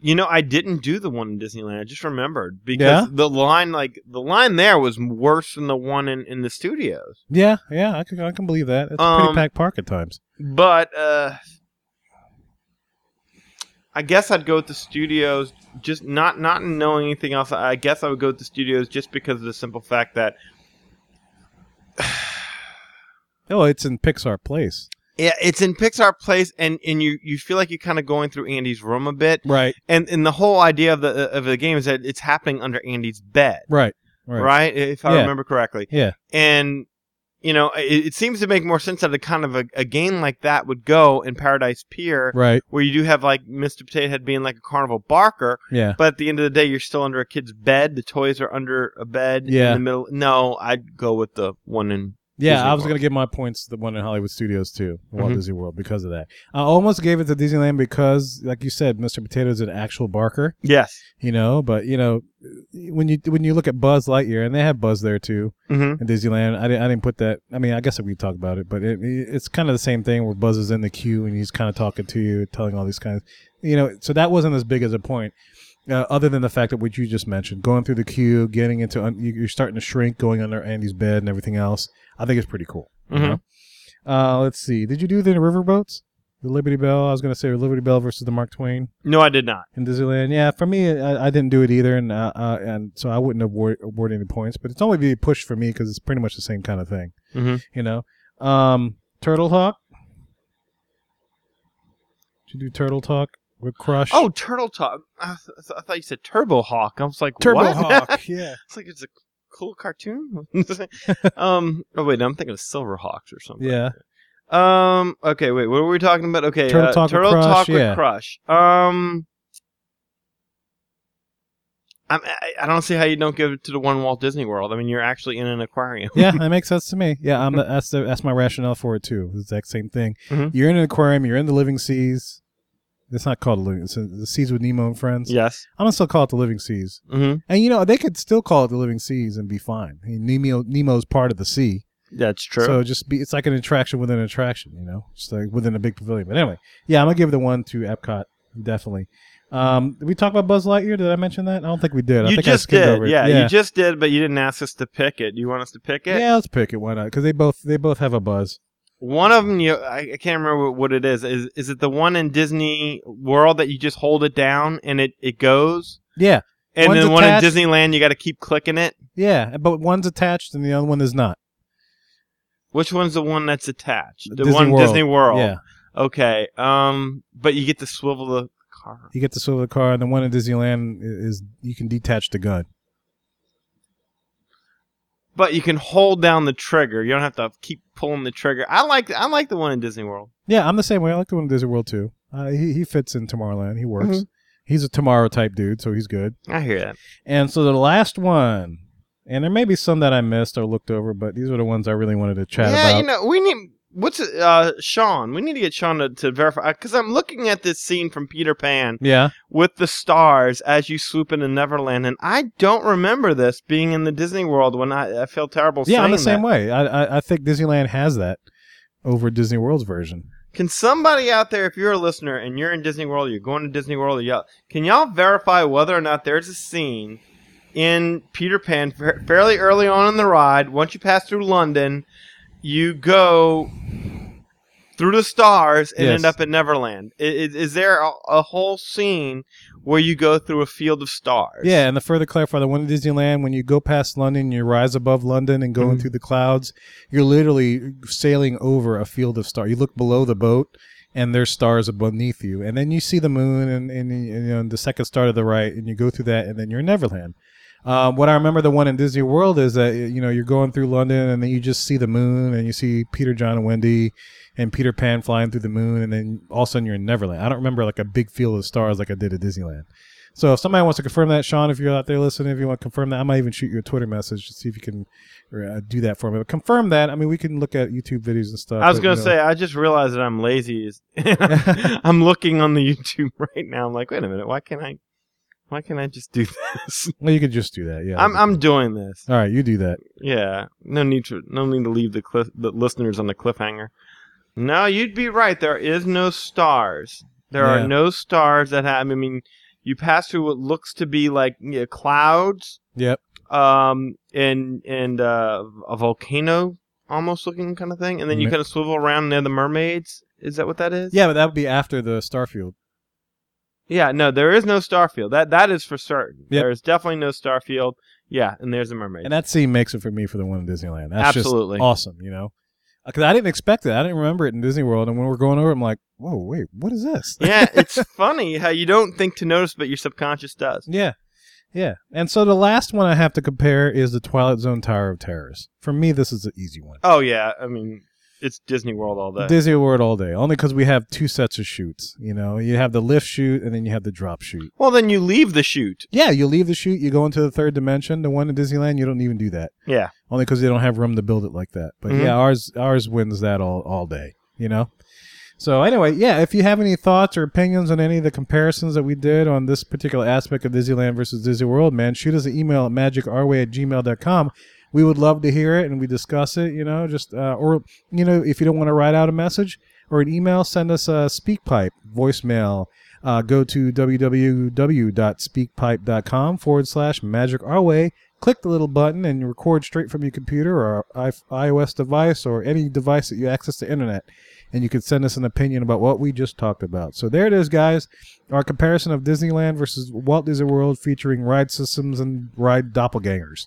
S3: You know, I didn't do the one in Disneyland. I just remembered because
S1: Yeah?
S3: the line, like the line there, was worse than the one in, in the studios.
S1: Yeah, yeah, I can I can believe that. It's a pretty
S3: Um,
S1: packed park at times.
S3: But uh, I guess I'd go with the studios. Just not not knowing anything else. I guess I would go with the studios just because of the simple fact that
S1: Oh, it's in Pixar Place,
S3: yeah, it's in Pixar Place, and and you you feel like you're kind of going through Andy's room a bit,
S1: right?
S3: and and the whole idea of the of the game is that it's happening under Andy's bed.
S1: Right,
S3: right?
S1: right,
S3: If I
S1: Yeah.
S3: remember correctly.
S1: Yeah.
S3: And you know, it, it seems to make more sense that a kind of a, a game like that would go in Paradise Pier,
S1: right.
S3: where you do have like Mr. Potato Head being like a carnival barker,
S1: Yeah,
S3: but at the end of the day, you're still under a kid's bed. The toys are under a bed
S1: Yeah.
S3: in the middle. No, I'd go with the one in.
S1: Yeah,
S3: Disney
S1: I was
S3: World.
S1: going to give my points to the one in Hollywood Studios too, Walt
S3: Mhm.
S1: Disney World, because of that. I almost gave it to Disneyland because, like you said, Mr. Potato's an actual barker,
S3: Yes.
S1: you know. But you know, when you when you look at Buzz Lightyear, and they have Buzz there too
S3: Mm-hmm.
S1: in Disneyland. I didn't I didn't put that. I mean, I guess we could talk about it, but it, it's kind of the same thing where Buzz is in the queue and he's kind of talking to you, telling all these kinds, you know. So that wasn't as big as a point. Uh, other than the fact that what you just mentioned, going through the queue, getting into, un- you- you're starting to shrink, going under Andy's bed and everything else, I think it's pretty cool.
S3: Mhm.
S1: You know? Uh, let's see. Did you do the riverboats? The Liberty Bell. I was going to say Liberty Bell versus the Mark Twain
S3: No, I did not.
S1: in Disneyland. Yeah, for me, I, I didn't do it either, and uh, uh, and so I wouldn't award, award any points. But it's only be pushed for me because it's pretty much the same kind of thing.
S3: Mhm.
S1: You know, um, Turtle Hawk. Did you do Turtle Talk with Crush?
S3: Oh, Turtle Talk. I, th- I thought you said Turbo Hawk. I was like,
S1: Turbo
S3: what?
S1: Hawk. yeah.
S3: It's like it's a cool cartoon. um. Oh wait, no, I'm thinking of Silverhawks or something.
S1: Yeah.
S3: Um. Okay. Wait. What were we talking about? Okay.
S1: Turtle
S3: uh,
S1: Talk with
S3: Turtle
S1: Crush,
S3: Talk with
S1: yeah.
S3: Crush. Um. I'm, I, I don't see how you don't give it to the one Walt Disney World. I mean, you're actually in an aquarium.
S1: yeah, that makes sense to me. Yeah, I'm the, that's the, that's my rationale for it too. It's the exact same thing.
S3: Mhm.
S1: You're in an aquarium. You're in the living seas. It's not called the living. It's uh, the seas with Nemo and friends.
S3: Yes.
S1: I'm gonna still call it the living seas.
S3: hmm
S1: And you know they could still call it the living seas and be fine. I mean, Nemo Nemo's part of the sea,
S3: That's true.
S1: so just be it's like an attraction within an attraction. You know, just like within a big pavilion. But anyway, yeah, I'm gonna give the one to Epcot definitely. Um, did we talk about Buzz Lightyear? Did I mention that? I don't think we did. I
S3: you
S1: think I
S3: just
S1: skimmed
S3: did.
S1: over it.
S3: Yeah,
S1: yeah.
S3: You just did, but you didn't ask us to pick it. Do you want us to pick it?
S1: Yeah, let's pick it. Why not? Because they both they both have a buzz.
S3: One of them, you, I, I can't remember what it is. Is is it the one in Disney World that you just hold it down and it it goes?
S1: Yeah,
S3: And
S1: One's
S3: then one in
S1: attached.
S3: Disneyland, you got to keep clicking it.
S1: yeah, but one's attached and the other one is not.
S3: Which one's the one that's attached? The
S1: Disney
S3: one
S1: World.
S3: Disney World.
S1: Yeah,
S3: Okay. Um, but you get to swivel the car.
S1: you get the silver car, and the one in Disneyland i- is you can detach the gun.
S3: But you can hold down the trigger. You don't have to keep pulling the trigger. I like I like the one in Disney World.
S1: Yeah, I'm the same way. I like the one in Disney World too. Uh, he he fits in Tomorrowland. He works.
S3: Mm-hmm.
S1: He's a tomorrow type dude, so he's good.
S3: I hear that.
S1: And so the last one, and there may be some that I missed or looked over, but these are the ones I really wanted to chat
S3: yeah,
S1: about.
S3: you know, we need what's it, uh Sean? We need to get Sean to, to verify because I'm looking at this scene from Peter Pan
S1: yeah,
S3: with the stars as you swoop into Neverland, and I don't remember this being in the Disney World when I, I feel terrible.
S1: yeah, I'm
S3: saying
S1: the same
S3: that.
S1: way. I, I I think Disneyland has that over Disney World's version.
S3: Can somebody out there, if you're a listener and you're in Disney World, you're going to Disney World, or y'all, can y'all verify whether or not there's a scene in Peter Pan fa- fairly early on in the ride? Once you pass through London, you go through the stars and
S1: Yes.
S3: end up at Neverland. Is, is there a, a whole scene where you go through a field of stars?
S1: Yeah, and to further clarify, the one in Disneyland, when you go past London, you rise above London and going
S3: Mhm.
S1: through the clouds, you're literally sailing over a field of stars. You look below the boat, and there's stars beneath you. And then you see the moon and, and, and, you know, the second star to the right, and you go through that, and then you're in Neverland. Um, what I remember the one in Disney World is that you know you're going through London and then you just see the moon and you see Peter, John, and Wendy, and Peter Pan flying through the moon and then all of a sudden you're in Neverland. I don't remember like a big field of stars like I did at Disneyland. So if somebody wants to confirm that, Sean, if you're out there listening, if you want to confirm that, I might even shoot you a Twitter message to see if you can uh, do that for me. But confirm that. I mean, we can look at YouTube videos and stuff.
S3: I was
S1: but,
S3: gonna
S1: you know-
S3: say I just realized that I'm lazy. as- I'm looking on the YouTube right now. I'm like, wait a minute, why can't I? Why can't I just do this?
S1: well, you could just do that. Yeah.
S3: I'm I'm doing this.
S1: All right, you do that.
S3: Yeah, no need to no need to leave the cliff the listeners on the cliffhanger. No, you'd be right. There is no stars. There
S1: Yeah.
S3: are no stars that have. I mean, you pass through what looks to be like you know, clouds.
S1: Yep.
S3: Um, and and uh, a volcano almost looking kind of thing, and then you
S1: Ma-
S3: kind of swivel around near the mermaids. Is that what that is?
S1: Yeah, but that would be after the Starfield.
S3: Yeah, no, there is no Starfield. That that is for certain.
S1: Yep.
S3: There is definitely no Starfield. Yeah, and there's a mermaid.
S1: And that scene makes it for me for the one in Disneyland. That's just
S3: Absolutely.
S1: awesome, you know? Because I didn't expect it. I didn't remember it in Disney World. And when we're going over, it, I'm like, whoa, wait, what is this?
S3: yeah, it's funny how you don't think to notice, but your subconscious does.
S1: Yeah. Yeah. And so the last one I have to compare is the Twilight Zone Tower of Terrors. For me, this is the easy one.
S3: Oh yeah, I mean, it's Disney World all day.
S1: Disney World all day, only because we have two sets of shoots. You know, you have the lift shoot and then you have the drop shoot.
S3: well, then you leave the shoot.
S1: Yeah, you leave the shoot, you go into the third dimension. The one in Disneyland, you don't even do that.
S3: Yeah.
S1: only because they don't have room to build it like that. But
S3: Mhm.
S1: yeah, ours ours wins that all all day. You know. So anyway, yeah. If you have any thoughts or opinions on any of the comparisons that we did on this particular aspect of Disneyland versus Disney World, man, shoot us an email at magicourway at gmail.com. We would love to hear it and we discuss it. You know, just uh, or you know, if you don't want to write out a message or an email, send us a SpeakPipe voicemail. Uh, go to www.speakpipe.com forward slash magic our way. Click the little button and record straight from your computer or i- iOS device or any device that you access the internet. And you can send us an opinion about what we just talked about. So there it is, guys. Our comparison of Disneyland versus Walt Disney World featuring ride systems and ride doppelgangers.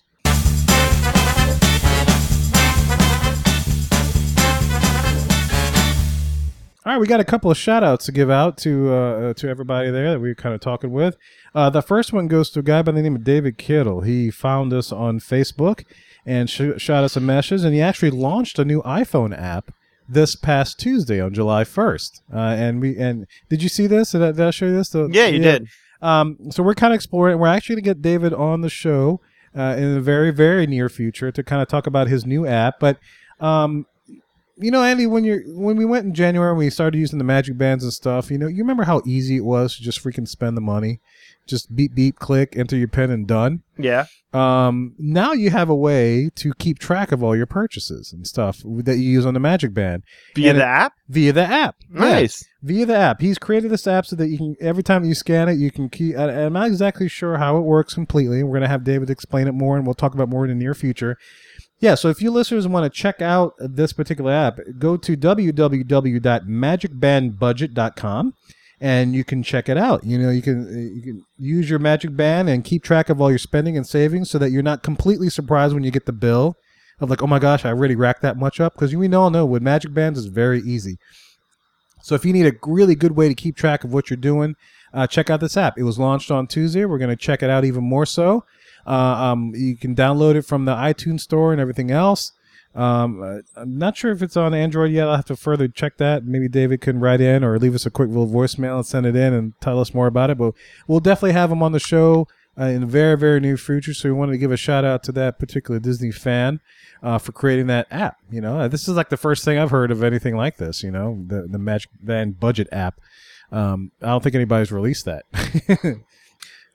S1: All right, we got a couple of shout outs to give out to uh, to everybody there that we were kind of talking with. Uh, the first one goes to a guy by the name of David Kittle. He found us on Facebook and sh- shot us a message, and he actually launched a new iPhone app this past Tuesday on July 1st. Uh, and we and did you see this? Did I, did I show you this? The-
S3: Yeah, you did.
S1: um, so we're kind of exploring. We're actually going to get David on the show uh, in the very, very near future to kind of talk about his new app. But um, you know, Andy, when you're when we went in January and we started using the Magic Bands and stuff, you know, you remember how easy it was to just freaking spend the money, just beep beep click, enter your pin, and done
S3: Yeah,
S1: um, now you have a way to keep track of all your purchases and stuff that you use on the Magic Band
S3: via
S1: And it-
S3: the app.
S1: via the app. Yeah,
S3: Nice.
S1: via the app. He's created this app so that you can every time you scan it, you can keep. I, I'm not exactly sure how it works completely. We're gonna have David explain it more, and we'll talk about more in the near future. Yeah, so if you listeners want to check out this particular app, go to www.magicbandbudget.com and you can check it out. You know, you can you can use your Magic Band and keep track of all your spending and savings so that you're not completely surprised when you get the bill of like, "Oh my gosh, I already racked that much up." Cuz we all know with Magic Bands it's very easy. So if you need a really good way to keep track of what you're doing, uh, check out this app. It was launched on Tuesday. We're going to check it out even more so. Uh, um, you can download it from the iTunes store and everything else. Um, uh, I'm not sure if it's on Android yet. I'll have to further check that. Maybe David can write in or leave us a quick little voicemail and send it in and tell us more about it. But we'll definitely have him on the show uh, in the very, very near future. So we wanted to give a shout out to that particular Disney fan uh, for creating that app. You know, Uh, this is like the first thing I've heard of anything like this. You know, the the Magic Band budget app. Um, I don't think anybody's released that.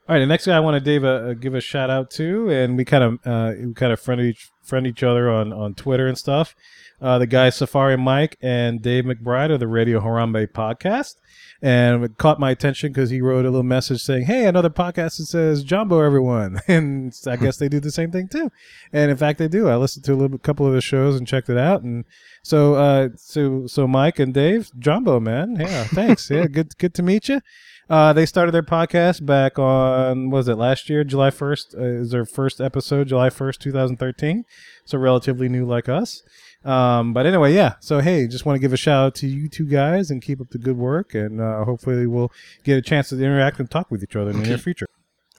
S1: All right, the next guy I want to Dave uh, give a shout out to, and we kind of uh, we kind of friend each friend each other on on Twitter and stuff. Uh, the guys Safari Mike and Dave McBride of the Radio Harambe podcast, and it caught my attention because he wrote a little message saying, "Hey, another podcast that says Jumbo everyone," and I guess they do the same thing too. And in fact, they do. I listened to a little couple of the shows and checked it out, and so uh, so so Mike and Dave Jumbo man, yeah, thanks, yeah, good good to meet you. Uh, they started their podcast back on what was it last year, July first uh, is their first episode, July first, two thousand thirteen. So relatively new, like us. Um, but anyway, yeah. So hey, just want to give a shout out to you two guys and keep up the good work, and uh, hopefully we'll get a chance to interact and talk with each other in the near future.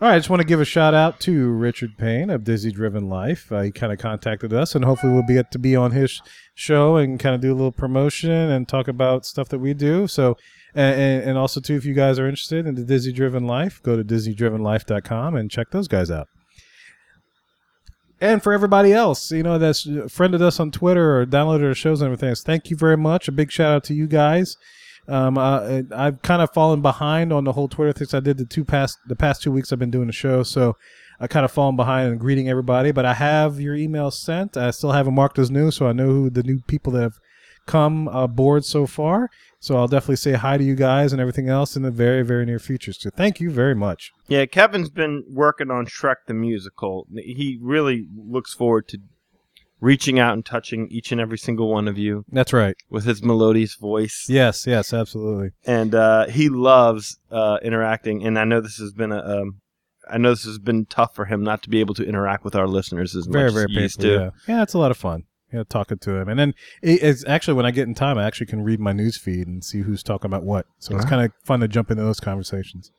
S1: All right, I just want to give a shout out to Richard Payne of Dizzy Driven Life. Uh, he kind of contacted us, and hopefully we'll be get to be on his show and kind of do a little promotion and talk about stuff that we do. So and, and- and also too if you guys are interested in the dizzy driven life go to dizzydrivenlife.com and check those guys out and for everybody else you know that's friended us on twitter or downloaded our shows and everything else, thank you very much a big shout out to you guys um, uh, I've kind of fallen behind on the whole Twitter things. I did the two past the past two weeks. I've been doing the show, so I kind of fallen behind in greeting everybody. But I have your email sent. I still haven't marked as new, so I know who the new people that have come aboard so far. So I'll definitely say hi to you guys and everything else in the very very near future. So thank you very much.
S3: Yeah, Kevin's been working on Shrek the musical. He really looks forward to reaching out and touching each and every single one of you
S1: That's right.
S3: with his melodious voice.
S1: Yes, yes, absolutely.
S3: and uh, he loves uh, interacting. And I know this has been a, um, I know this has been tough for him not to be able to interact with our listeners as
S1: Very
S3: much
S1: very
S3: as he used
S1: painful.
S3: to.
S1: Yeah, yeah, it's a lot of fun. Yeah, talking to him, and then it, it's actually when I get in time, I actually can read my news feed and see who's talking about what. So
S3: Ah.
S1: it's kind of fun to jump into those conversations.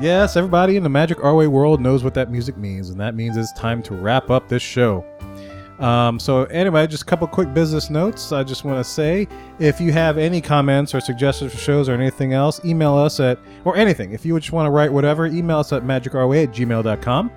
S1: Yes, everybody in the Magic Our Way world knows what that music means, and that means it's time to wrap up this show. Um, so, anyway, just a couple quick business notes. I just want to say if you have any comments or suggestions for shows or anything else, email us at, or anything, if you just want to write whatever, email us at magicourway at gmail.com.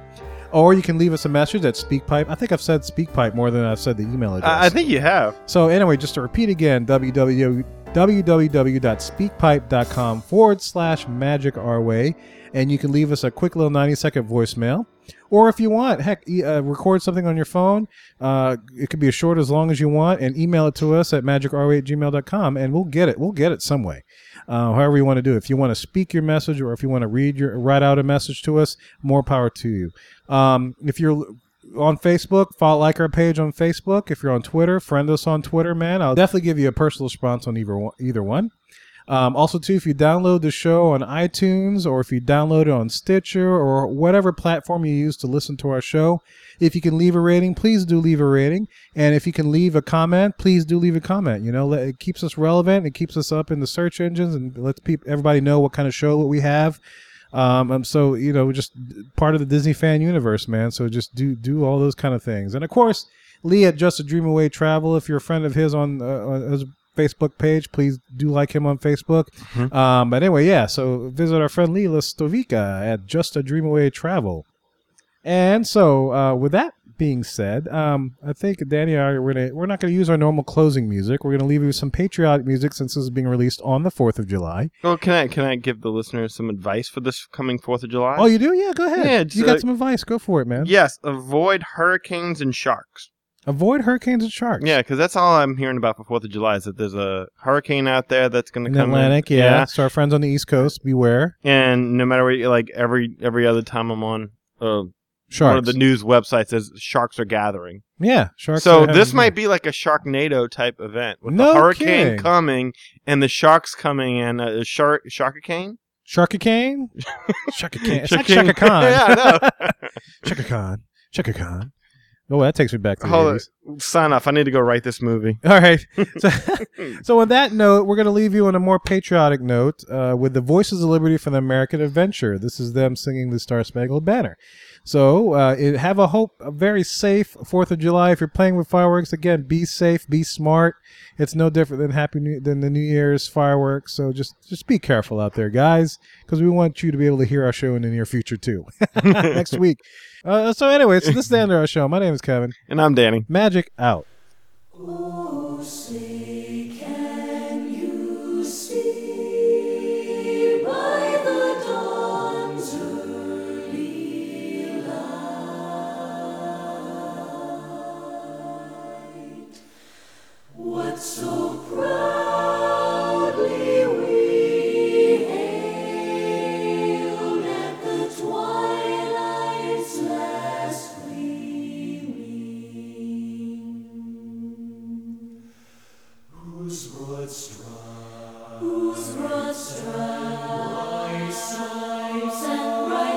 S1: Or you can leave us a message at SpeakPipe. I think I've said SpeakPipe more than I've said the email address.
S3: I, I think you have.
S1: So anyway, just to repeat again, www www.speakpipe.com forward slash magic our way and you can leave us a quick little 90 second voicemail or if you want heck e- uh, record something on your phone uh, it could be as short as long as you want and email it to us at magicourway at gmail.com and we'll get it we'll get it some way uh, however you want to do it if you want to speak your message or if you want to read your write out a message to us more power to you um, if you're on Facebook, follow like our page on Facebook. If you're on Twitter, friend us on Twitter, man. I'll definitely give you a personal response on either one, either one. Um, also, too, if you download the show on iTunes or if you download it on Stitcher or whatever platform you use to listen to our show, if you can leave a rating, please do leave a rating. And if you can leave a comment, please do leave a comment. You know, let- it keeps us relevant, it keeps us up in the search engines, and lets people everybody know what kind of show that we have. Um, um, so you know, just part of the Disney fan universe, man. So just do do all those kind of things, and of course, Lee at Just a Dream Away Travel. If you're a friend of his on, uh, on his Facebook page, please do like him on Facebook. Um, but anyway, yeah. So visit our friend Lee Listovica at Just a Dream Away Travel. And so, uh, with that being said, um, I think Danny and I are gonna, we're not going to use our normal closing music. We're going to leave you with some patriotic music since this is being released on the Fourth of July.
S3: Well, can I can I give the listeners some advice for this coming Fourth of July?
S1: Oh, you Oh, do? Yeah, go ahead.
S3: Yeah, it's,
S1: you got
S3: uh,
S1: some advice? Go for it, man.
S3: yes, avoid hurricanes and sharks.
S1: Avoid hurricanes and sharks.
S3: Yeah, because that's all I'm hearing about for Fourth of July is that there's a hurricane out there that's going to
S1: In
S3: come
S1: the Atlantic,
S3: in.
S1: yeah. So our friends on the East Coast, beware.
S3: Yeah, and no matter what, like every every other time I'm on uh, one of
S1: Sharks.
S3: the news websites, says sharks are gathering.
S1: yeah, sharks.
S3: so
S1: are
S3: this
S1: having-
S3: might be like a Sharknado type event with
S1: No
S3: the hurricane
S1: kidding.
S3: coming and the sharks coming and uh, shark sharkacane.
S1: Sharka Khan? Shaka Khan. It's not
S3: Shaka-
S1: Shaka Khan.
S3: Yeah,
S1: I know. Shaka Khan. Shaka Khan. Oh, that takes me back to the
S3: Hold
S1: 80s.
S3: it. Sign off. I need to go write this movie.
S1: All right. So, so on that note, we're going to leave you on a more patriotic note uh, with the Voices of Liberty for the American Adventure. This is them singing the Star Spangled Banner. So uh, it, have a hope, a very safe Fourth of July. If you're playing with fireworks, again, be safe, be smart. It's no different than Happy New, than the New Year's fireworks. So just just be careful out there, guys, because we want you to be able to hear our show in the near future too, next week. Uh, so anyway, so this is the end of our show. My name is Kevin.
S3: And I'm Danny.
S1: Magic out.
S5: Oh, say can you see by the dawn's early light what so proudly we hailed at the twilight's last gleaming? Whose broad stripes, whose broad stripes, white stripes and bright